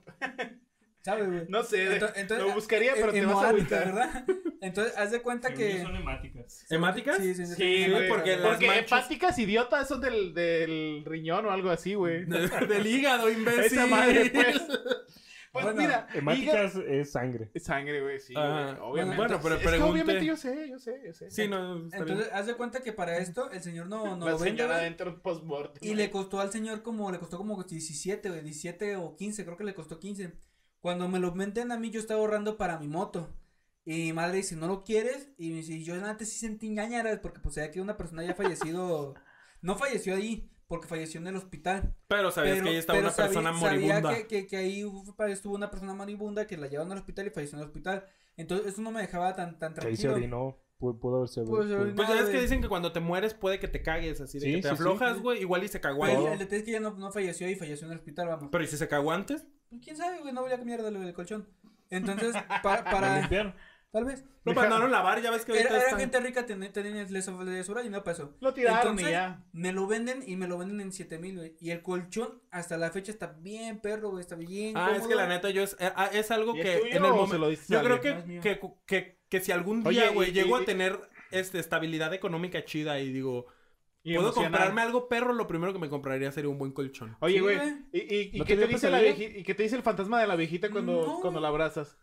S4: ¿Sabes, güey?
S3: no sé, de-
S4: Ento- entonces,
S3: lo buscaría, pero te vas a
S4: Hemoática,
S3: agüitar.
S4: ¿verdad? Entonces, haz de cuenta que.
S2: hemáticas.
S1: ¿Hemáticas?
S4: Sí, sí, sí.
S3: Sí,
S1: Sí,
S3: güey.
S1: porque
S3: Porque,
S1: las manchas-
S3: hepáticas idiotas son del, del riñón o algo así, güey.
S1: Del hígado, imbécil.
S3: Esa madre, pues. Pues
S4: Bueno,
S3: mira, hígado-
S2: Hemáticas es sangre.
S3: es sangre, güey, sí, güey,
S1: Ah,
S3: obviamente.
S1: bueno, pero
S3: es que
S1: pregunté.
S3: obviamente yo sé, yo sé, yo sé.
S1: Sí, no, está bien.
S4: Entonces, haz de cuenta que para esto el señor no, no
S3: la
S4: lo vende,
S3: señora
S4: güey.
S3: dentro post-mortem.
S4: Y le costó al señor como, le costó como 17, güey, 17 o 15, creo que le costó 15. Cuando me lo venden a mí, yo estaba ahorrando para mi moto. Y mi madre dice, ¿no lo quieres? Y me dice, yo antes sí sentí ñañaras, porque pues sabía que una persona había fallecido, no falleció ahí, porque falleció en el hospital.
S1: Pero sabías
S4: pero-
S1: que ahí estaba
S4: pero
S1: una persona
S4: sabía- sabía
S1: moribunda.
S4: que, que- que ahí uf- estuvo una persona moribunda que la llevaron al hospital y falleció en el hospital. Entonces, eso no me dejaba tan, tan
S2: Que ahí se
S4: tranquilo.
S2: orinó. Pudo, pudo haberse
S4: Pues,
S2: pudo-
S4: orinó.
S1: Pues ya ves que
S4: Madre.
S1: dicen que cuando te mueres puede que te cagues, así de
S2: Sí,
S1: que te
S2: sí, sí.
S1: aflojas, güey. Igual y se cagó
S4: Pero
S1: ahí.
S4: el, el detalle es que ya no, no falleció y falleció en el hospital, vamos.
S1: Pero ¿y si se cagó antes?
S4: Pues, quién sabe, güey, no voy a mierda lo del colchón. Entonces, para,
S2: Lo
S4: para
S2: limpiaron.
S4: tal vez.
S1: Lo mandaron a lavar, ya ves que ahorita
S4: Era, era
S1: están-
S4: gente rica, tenía, tenía les, les sobraba dinero para eso.
S3: Lo tiraron
S4: Entonces,
S3: y ya.
S4: Me lo venden y me lo venden en 7 mil, güey. Y el colchón hasta la fecha está bien perro, güey, está bien
S1: Ah, es
S4: cómodo.
S1: que la neta, yo es, eh, ah, es algo
S3: ¿Y es
S1: que
S3: tuyo
S1: en el
S3: o
S1: momento.
S3: se lo diste
S1: Yo
S3: a
S1: creo
S3: alguien?
S4: No, es
S1: que,
S4: mío.
S1: que, que, que si algún
S3: Oye,
S1: día, güey,
S3: y-
S1: llego
S3: y-
S1: a tener este, estabilidad económica chida y digo,
S3: Y
S1: puedo
S3: emocional.
S1: comprarme algo perro, lo primero que me compraría sería un buen colchón.
S3: Oye,
S4: Sí,
S3: güey,
S4: güey.
S3: ¿y, y, y
S2: ¿No
S3: qué
S2: te
S3: te
S2: dio
S3: dice la
S2: pesadilla?
S3: vieji- ¿y qué te dice el fantasma de la viejita cuando,
S4: No.
S3: cuando la abrazas?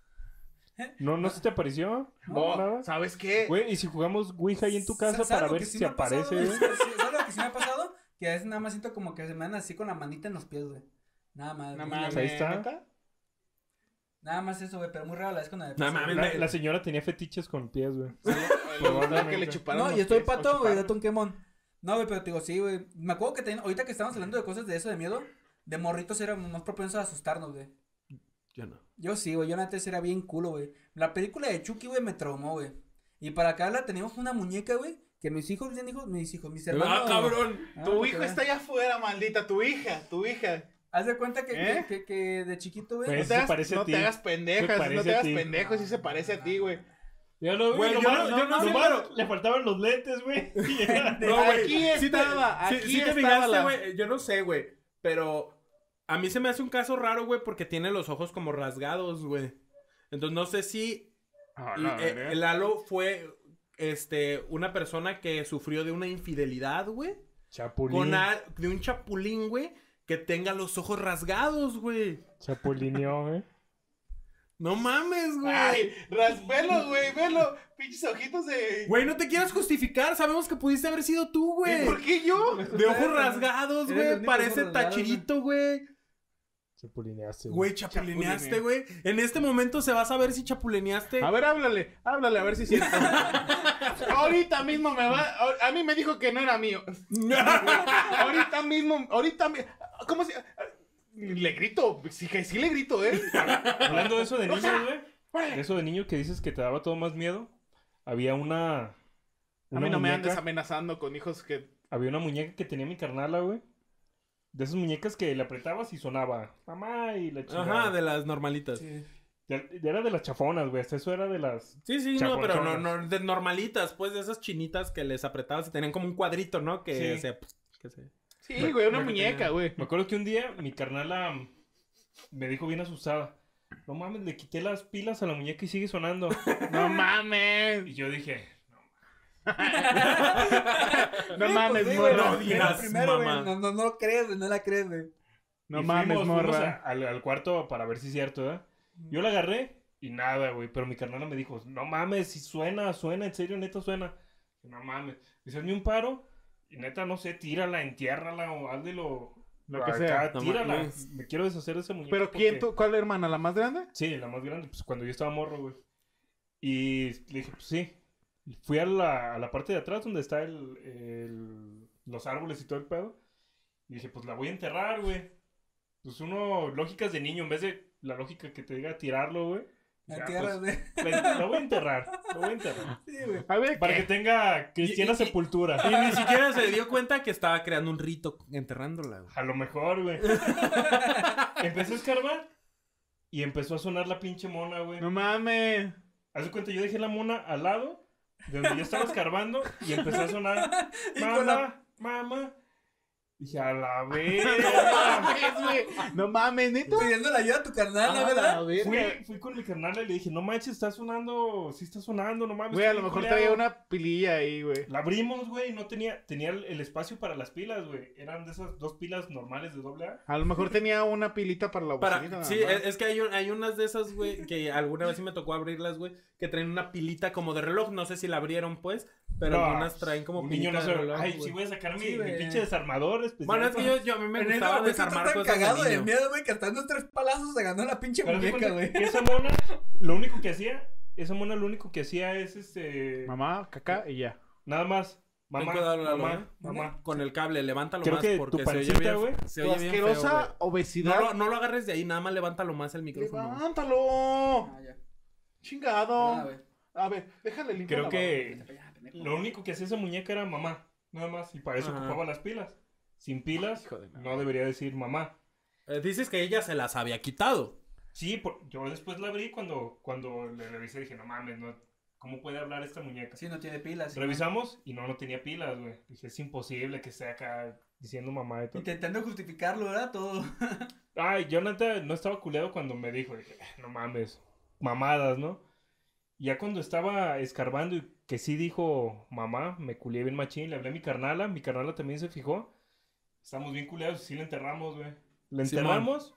S2: ¿No, ¿No se te apareció?
S3: Bo,
S2: nada.
S3: ¿Sabes qué?
S2: Güey, ¿y si jugamos Ouija ahí en tu casa
S4: ¿Sabes
S2: para
S4: lo
S2: ver
S4: que sí
S2: si
S4: me
S2: se
S4: ha pasado,
S2: aparece,
S4: güey?
S2: güey?
S4: Sí, ¿Sabes lo que sí me ha pasado? Que a veces nada más siento como que se me dan así con la manita en los pies, güey. Nada más.
S3: No
S4: güey.
S3: mames,
S2: ahí está.
S3: ¿neta?
S4: Nada más eso, güey, pero muy raro la vez cuando me
S1: No
S4: pasa,
S1: mames,
S4: güey.
S2: La, la señora tenía fetiches con pies, güey.
S3: Le gustaba que le chuparan
S4: No,
S3: los
S4: y estoy
S3: pies o
S4: pato, güey,
S3: chuparan.
S4: dato un quemón. No, güey, pero te digo, sí, güey. Me acuerdo que también, ahorita que estábamos hablando de cosas de eso de miedo, de morritos éramos más propensos a asustarnos, güey.
S1: Yo no.
S4: Yo sí, güey, yo antes era bien culo, güey. La película de Chucky, güey, me traumó, güey. Y para acá la teníamos una muñeca, güey, que mis hijos, mis hijos, mis hijos, mis hermanos.
S1: ¡Ah, cabrón!
S4: Ah,
S3: Tu
S4: para
S3: hijo
S4: que
S3: está allá afuera, maldita, tu hija, tu hija.
S4: vean. Haz de cuenta que,
S3: ¿Eh?
S4: que, que- que de chiquito, güey.
S2: Pues, Ese
S3: No te
S2: se
S3: hagas,
S2: parece a
S3: no te
S2: ti.
S3: hagas
S2: Se
S3: pendejas, no
S2: parece
S3: te
S2: a
S3: hagas
S2: ti.
S3: pendejo, sí se parece a ti, güey.
S2: Ya lo
S1: Güey, yo no- yo no sé-
S2: le faltaban los lentes, güey.
S1: No, güey.
S3: Aquí
S1: Sí te-
S3: estaba,
S1: sí-
S3: aquí
S1: sí te
S3: estaba
S1: fijaste,
S3: la-
S1: güey. Yo no sé, güey. Pero a mí se me hace un caso raro, güey, porque tiene los ojos como rasgados, güey. Entonces no sé si
S2: Ah,
S1: eh, Lalo fue este, una persona que sufrió de una infidelidad, güey.
S2: Chapulín.
S1: con al- de un chapulín, güey, que tenga los ojos rasgados, güey.
S2: Chapulineó, güey.
S1: No mames, güey.
S3: Ay, ras- velo, güey, velo. Pinches ojitos de.
S1: Güey, no te quieras justificar. Sabemos que pudiste haber sido tú,
S3: ¿Y
S1: güey.
S3: por qué yo?
S1: De ojos rasgados,
S4: Eres el
S1: güey.
S4: único
S1: Parece
S4: ojos rasgados,
S1: tachirito, güey.
S2: Chapulineaste.
S1: Güey, chapulineaste, güey. En este momento se va a saber si chapulineaste.
S3: A ver, háblale, háblale, a ver si es cierto. ahorita mismo me va. A, a mí me dijo que no era mío. ahorita mismo, ahorita mi- ¿Cómo se.? Le grito, sí, que sí le grito, ¿eh?
S2: Hablando de eso de niños, güey. de Eso de niño que dices que te daba todo más miedo. Había una.
S3: A
S2: una
S3: mí no me
S2: muñeca-
S3: andes amenazando con hijos que...
S2: Había una muñeca que tenía mi carnala, güey. De esas muñecas que le apretabas y sonaba. Mamá y la chingada.
S1: Ajá, de las normalitas. Sí,
S4: Sí.
S2: Ya- ya era de las chafonas, güey. Hasta eso era de las.
S1: sí, no, pero no,
S2: Chafonchonas.
S1: no, de normalitas, pues de esas chinitas que les apretabas y tenían como un cuadrito, ¿no? Que
S2: Sí.
S1: se... pues, que se-
S3: Sí, güey, una
S1: Bueno,
S3: muñeca,
S1: tenía-
S3: güey.
S2: Me acuerdo que un día mi carnala mm, me dijo bien asustada. No mames, le quité las pilas a la muñeca y sigue sonando.
S3: No
S2: Y
S3: mames.
S2: yo dije,
S3: No
S4: Sí,
S3: mames,
S4: pues sí, güey,
S3: morro.
S1: no
S4: la-
S1: digas,
S4: la primera, güey,
S1: mamá.
S4: No, no, no lo crees, güey, no la crees, güey.
S3: No
S2: Y
S3: mames,
S2: fuimos- fuimos
S3: morra.
S2: a- al, al cuarto para ver si es cierto, ¿verdad? Yo la agarré y nada, güey. Pero mi carnala me dijo, no mames, si suena, suena, en serio, neta suena. Y No mames. Dice, hazme un paro y neta, no sé, tírala, entiérrala o hazle lo...
S3: Lo que sea.
S1: No
S2: tírala.
S1: mames.
S2: Me quiero deshacer de ese muñeco.
S3: Pero ¿quién
S2: porque-
S3: tú? ¿Cuál hermana? ¿La más grande?
S2: Sí, la más grande, pues cuando yo estaba morro, güey. Y le dije, pues sí. Y Fui a la, a la parte de atrás donde está el, el- los árboles y todo el pedo. Y dije, pues la voy a enterrar, güey. Pues uno, lógicas de niño, en vez de la lógica que te diga tirarlo, güey.
S4: La
S2: ya,
S4: tierra,
S2: pues,
S4: güey.
S2: la, la voy a enterrar, la voy a enterrar.
S4: Sí, güey.
S3: A ver,
S2: Para que
S3: ¿qué?
S2: tenga cristiana
S1: Y- y- y-
S2: sepultura.
S1: Y ni siquiera se dio cuenta que estaba creando un rito enterrándola, güey.
S2: A lo mejor, güey. Empecé a escarbar y empezó a sonar la pinche mona, güey.
S3: No mames.
S2: Haz de cuenta, yo dejé la mona al lado de donde yo estaba escarbando y empezó a sonar
S4: Y
S2: mamá,
S4: con la-
S2: mamá. Dije, a la verga.
S3: No mames, neta.
S4: Pidiendo la ayuda a tu carnal,
S3: Ah,
S4: ¿no,
S3: la
S4: ¿verdad?
S3: verga.
S2: Fui, fui con mi carnal y le dije, no manches, está sonando, sí está sonando, no mames.
S3: Güey, a
S2: está
S3: lo mejor
S2: bien
S3: traía
S2: culero".
S3: una pililla ahí, güey.
S2: La abrimos, güey, no tenía, tenía el, el espacio para las pilas, güey. Eran de esas dos pilas normales de doble A.
S3: A lo mejor tenía una pilita para la
S1: Para-
S3: bocina.
S1: sí, eh, e,
S3: nada más.
S1: es, es que hay, un- hay unas de esas, güey, que alguna vez sí me tocó abrirlas, güey, que traen una pilita como de reloj. No sé si la abrieron, pues, pero
S2: No,
S1: algunas traen como
S2: Un niño
S1: pilita
S2: no
S1: de
S2: se...
S1: reloj.
S2: Ay,
S1: güey.
S2: sí voy a sacar mi,
S4: Sí,
S2: mi
S4: güey.
S2: pinche desarmador especial.
S1: Bueno, es que
S2: para-
S1: yo, yo a mí me
S4: En ese
S1: gustaba
S4: momento está
S1: desarmar
S4: tan
S1: cosas. de
S4: cagado de
S1: niño.
S4: miedo, güey, que hasta unos tres palazos se ganó la pinche
S2: Pero haz de
S4: muñeca,
S2: cuenta
S4: güey.
S2: que Esa mona, lo único que hacía, esa mona lo único que hacía es
S1: eh,
S2: este.
S3: Mamá, caca y ya.
S2: Nada más.
S1: Ten
S2: Mamá,
S1: cuidado, Lalo,
S2: mamá,
S1: ¿eh?
S2: mamá.
S1: Con el cable, levántalo
S2: Creo
S1: más
S2: que tu
S1: porque
S2: pancita,
S1: se oye
S2: güey,
S1: bien, se
S3: Tu
S1: oye bien feo,
S3: asquerosa
S1: güey.
S3: obesidad.
S1: no, lo, no lo agarres de ahí, nada más levántalo más el micrófono. güey.
S3: ¡Levántalo!
S4: Ah, ya.
S3: ¡Chingado!
S4: Ah, güey.
S3: a ver, déjale limpiar.
S2: Creo
S3: la
S2: que
S4: Vete pa' allá, pendejo.
S2: Eh, lo único que hacía esa muñeca era mamá. Nada más. Y para eso
S1: Ajá.
S2: ocupaba las pilas. Sin pilas,
S3: Hijo de la-
S2: no debería decir mamá.
S1: Eh, dices que ella se las había quitado.
S2: Sí, por- yo después la abrí cuando, cuando le revisé. Dije, no mames, no, ¿cómo puede hablar esta muñeca?
S4: Sí, no tiene pilas.
S2: Revisamos y no, no tenía pilas, güey. Dije, es imposible que esté acá diciendo mamá y todo.
S4: Intentando justificarlo, ¿verdad? Todo.
S2: Ay, yo neta no estaba culeado cuando me dijo, dije, "Ah, no mames, mamadas, ¿no? Ya cuando estaba escarbando y que sí dijo mamá, me culié bien machín, le hablé a mi carnala, mi carnala también se fijó. Estamos bien culeados, sí le enterramos, güey. Le
S1: Simón.
S2: enterramos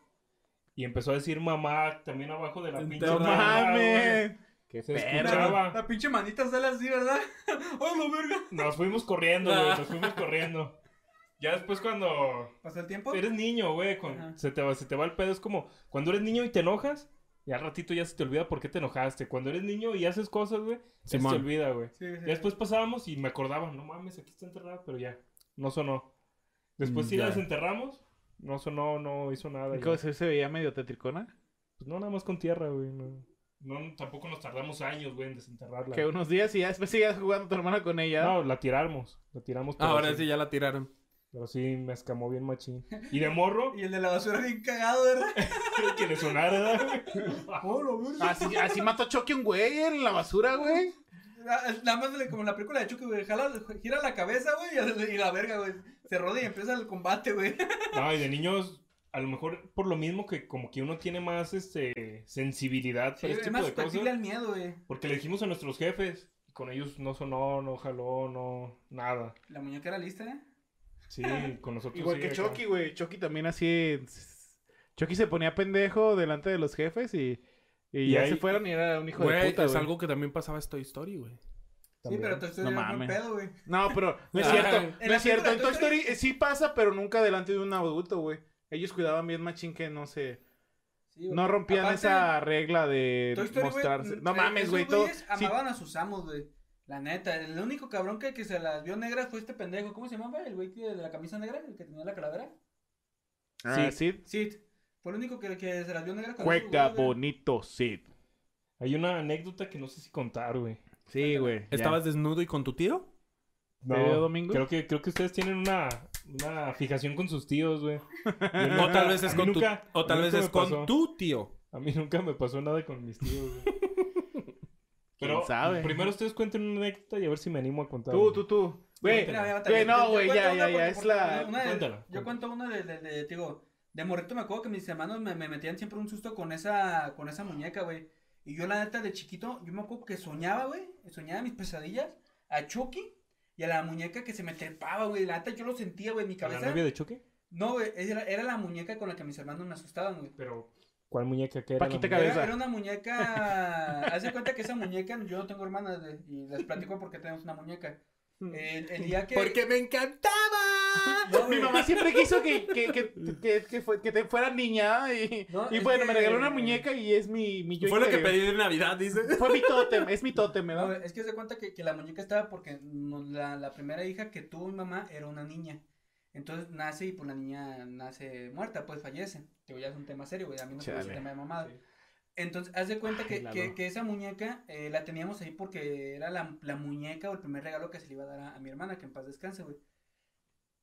S2: y empezó a decir mamá también abajo de la pinche
S1: No
S3: ¡No
S2: carnala, güey.
S3: mames!
S1: Que
S2: Se
S4: La,
S2: escuchaba.
S4: la pinche manita sale así, ¿verdad? ¡Oh, la verga!
S2: Nos fuimos corriendo, güey,
S1: Ah.
S2: nos fuimos corriendo. Ya después cuando
S4: ¿Pasó el tiempo?
S2: Eres niño, güey. con-
S4: Ajá.
S2: Se, te va, se te va el pedo. Es como cuando eres niño y te enojas, ya al ratito ya se te olvida por qué te enojaste. Cuando eres niño y haces cosas, güey, ya se te
S1: Simón.
S2: olvida, güey.
S4: Sí, sí,
S2: Ya después pasábamos y me acordaba, no mames, aquí está enterrada, pero ya, no sonó. Después
S1: Mm,
S2: sí
S1: ya.
S2: la desenterramos, no sonó, no hizo nada. ya.
S3: ¿Cómo se se veía medio tetricona?
S2: Pues no, nada más con tierra, güey. No. No, tampoco nos tardamos años, güey, en desenterrarla.
S3: Que unos días y ya después sigas jugando tu hermana con ella.
S2: No, la tiramos, la tiramos. pero
S1: Ah, Ahora sí, ya la tiraron.
S2: Pero sí, me escamó bien machín. Y de morro,
S4: Y el de la basura bien cagado, ¿verdad?
S2: que le sonara, güey.
S4: ¡Oh, la verga!
S3: Así, así mató Chucky a un güey en la basura, güey.
S4: Ah, Nada más le- como en la película de Chucky, güey. Jala, gira la cabeza, güey, y- y la verga, güey. Se rodea y empieza el combate, güey.
S2: No, y de niños, a lo mejor por lo mismo que como que uno tiene más este sensibilidad para este
S4: es
S2: tipo
S4: más
S2: de cosas.
S4: susceptible al miedo, güey.
S2: Porque le dijimos a nuestros jefes, y con ellos no sonó, no jaló, no, nada.
S4: La muñeca era lista, ¿eh?
S2: Sí, con nosotros.
S3: Igual
S2: sí,
S3: que
S2: acá.
S3: Chucky, güey. Chucky también así. Chucky se ponía pendejo delante de los jefes y, y,
S2: Y
S3: ya
S2: ahí-
S3: se fueron y era un hijo de
S1: Güey,
S3: puta,
S1: es
S3: güey.
S1: algo que también pasaba en Toy Story, güey.
S2: También.
S4: Sí, pero Toy Story
S3: No
S4: era un buen
S3: mames.
S4: pedo, güey.
S3: No, pero no es
S1: Ah.
S3: cierto.
S4: En
S3: No
S4: la
S3: es cierto.
S4: película
S3: En Toy
S4: Toy Story-
S3: Story eh, sí pasa, pero nunca delante de un adulto, güey. Ellos cuidaban bien machín que no se...
S4: Sí, güey.
S3: No rompían
S4: Aparte,
S3: esa regla de
S4: Toy Story, güey,
S3: mostrarse.
S4: mm,
S3: no
S4: eh,
S3: mames,
S4: esos
S3: güey. Todo...
S4: güeyes
S3: sí,
S4: Amaban a sus amos, güey. La neta, el único cabrón que, que se las vio negras fue este pendejo. ¿Cómo se llamaba? El güey que- de la camisa negra, el que tenía la calavera.
S3: ah, sí.
S4: Sid. Fue el único que, que se las vio negras. con esos
S3: Juega
S4: güeyes, güey.
S3: bonito, Sid.
S2: Hay una anécdota que no sé si contar, güey.
S3: Sí, güey.
S1: ¿Estabas desnudo y con tu tío?
S3: ¿Te veo domingo?
S2: Creo que, creo que ustedes tienen una, una fijación con sus tíos, güey.
S1: O tal vez es
S2: A mí
S1: con tu,
S2: nunca-
S1: o
S2: a
S1: tal
S2: mí
S1: vez
S2: nunca
S1: es
S2: me
S1: con
S2: pasó.
S1: tu tío.
S2: A mí nunca me pasó nada con mis tíos, güey. Pero
S3: ¿Quién sabe?
S2: primero ustedes cuenten una anécdota y a ver si me animo a contar.
S3: Tú, tú, tú. Güey,
S4: Mira, mira,
S3: güey,
S4: yo- yo
S3: no, güey,
S4: cuento
S3: ya, ya,
S4: una
S3: ya.
S4: porque-
S3: Es
S4: porque
S3: la.
S4: una de-
S2: Cuéntala, cuéntala.
S4: Yo cuento una de, de, de- digo, de morrito me acuerdo que mis hermanos me, me metían siempre un susto con esa, con esa muñeca, güey. Y yo, la neta, de chiquito, yo me acuerdo que soñaba, güey, soñaba mis pesadillas a Chucky y a la muñeca que se me trepaba, güey. La neta, yo lo sentía, güey, en mi
S2: ¿A ¿La
S4: cabeza.
S2: novia de Choque?
S4: No, güey, era, era la muñeca con la que mis hermanos me asustaban, güey.
S2: Pero, ¿cuál muñeca que era? la
S3: Paquita
S2: muñeca?
S3: Cabeza.
S4: Era, era una muñeca. Hace cuenta que esa muñeca, yo no tengo hermanas, güey, y les platico porque tenemos una muñeca.
S3: Mm.
S4: El, el día que.
S1: Porque me encantaba.
S4: No,
S3: Mi
S4: güey.
S3: mamá siempre quiso que, que, que, que, que fue- que te fuera niña y,
S4: No,
S3: y
S4: es
S3: bueno, me
S4: que-
S3: regaló una muñeca y es mi, mi yo
S1: Fue lo que
S3: interior.
S1: pedí de Navidad, dice.
S3: Fue mi tótem, es mi tótem,
S4: No,
S3: ¿verdad?
S4: es que se cuenta que, que la muñeca estaba porque nos- la, la primera hija que tuvo mi mamá era una niña. Entonces nace y pues la niña nace muerta, pues fallece. Digo, ya es un tema serio, güey. A mí no se me hace
S3: Chale.
S4: tema de mamada. Entonces, haz de cuenta que,
S3: Ay, Lalo.
S4: que, que esa muñeca eh, la teníamos ahí porque era la, la muñeca o el primer regalo que se le iba a dar a, a mi hermana, que en paz descanse, güey.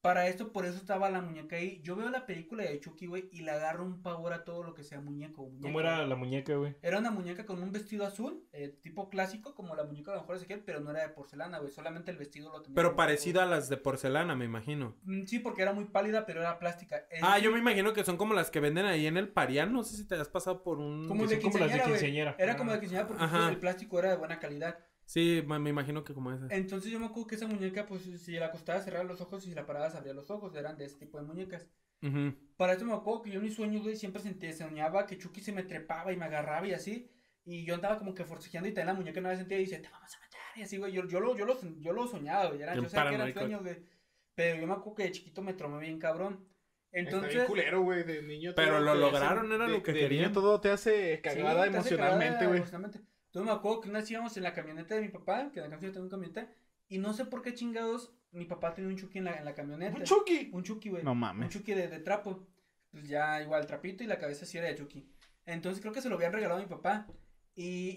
S4: Para esto, por eso estaba la muñeca ahí. Yo veo la película de Chucky, güey, y le agarro un pavor a todo lo que sea muñeco. muñeco
S2: ¿Cómo era la muñeca, güey?
S4: era una muñeca con un vestido azul, eh, tipo clásico, como la muñeca de lo mejor Ezequiel, pero no era de porcelana, güey. Solamente el vestido lo tenía.
S1: Pero
S4: como-
S1: parecida a las de porcelana, me imagino.
S4: Mm, Sí, porque era muy pálida, pero era plástica. Eh,
S1: Ah, yo me imagino que son como las que venden ahí en el Parián. No sé si te has pasado por un.
S4: Como
S2: Que
S4: de
S2: son como las de
S4: quinceañera, güey.
S2: quinceañera. Ah.
S4: Era como de que enseñaba porque
S1: Ajá.
S4: el plástico era de buena calidad.
S1: Sí, ma- me imagino que como esas.
S4: Entonces yo me acuerdo que esa muñeca, pues si la acostabas cerraba los ojos y si la parabas abría los ojos. Eran de ese tipo de muñecas.
S1: Ujú.
S4: Para esto me acuerdo que yo en mis sueños, güey, siempre sentía, soñaba que Chucky se me trepaba y me agarraba y así. Y yo andaba como que forcejeando y tenía la muñeca una vez sentía y dice, te vamos a matar. Y así, güey, yo, yo, lo, yo, lo, yo lo soñaba, güey. Era,
S1: Bien
S4: yo sabía que eran
S1: paranoico.
S4: sueños, güey. Pero yo me acuerdo que de chiquito me tromé bien cabrón. Entonces,
S3: culero, güey, de niño.
S1: Pero todo lo te hace- lograron, era de- lo que de niño querían.
S3: todo te hace
S4: sí,
S3: cagada
S4: te hace
S3: emocionalmente,
S4: cagada
S3: güey.
S4: emocionalmente. Entonces me acuerdo que una vez íbamos en la camioneta de mi papá, que en la camioneta tengo una camioneta, y no sé por qué chingados mi papá tenía un Chucky en la, en la camioneta.
S3: ¡Un Chucky!
S4: Un Chucky, güey.
S3: No
S4: un
S3: mames.
S4: Chucky de, de trapo. Pues ya igual trapito y la cabeza sí era de Chucky. Entonces creo que se lo habían regalado a mi papá. Y,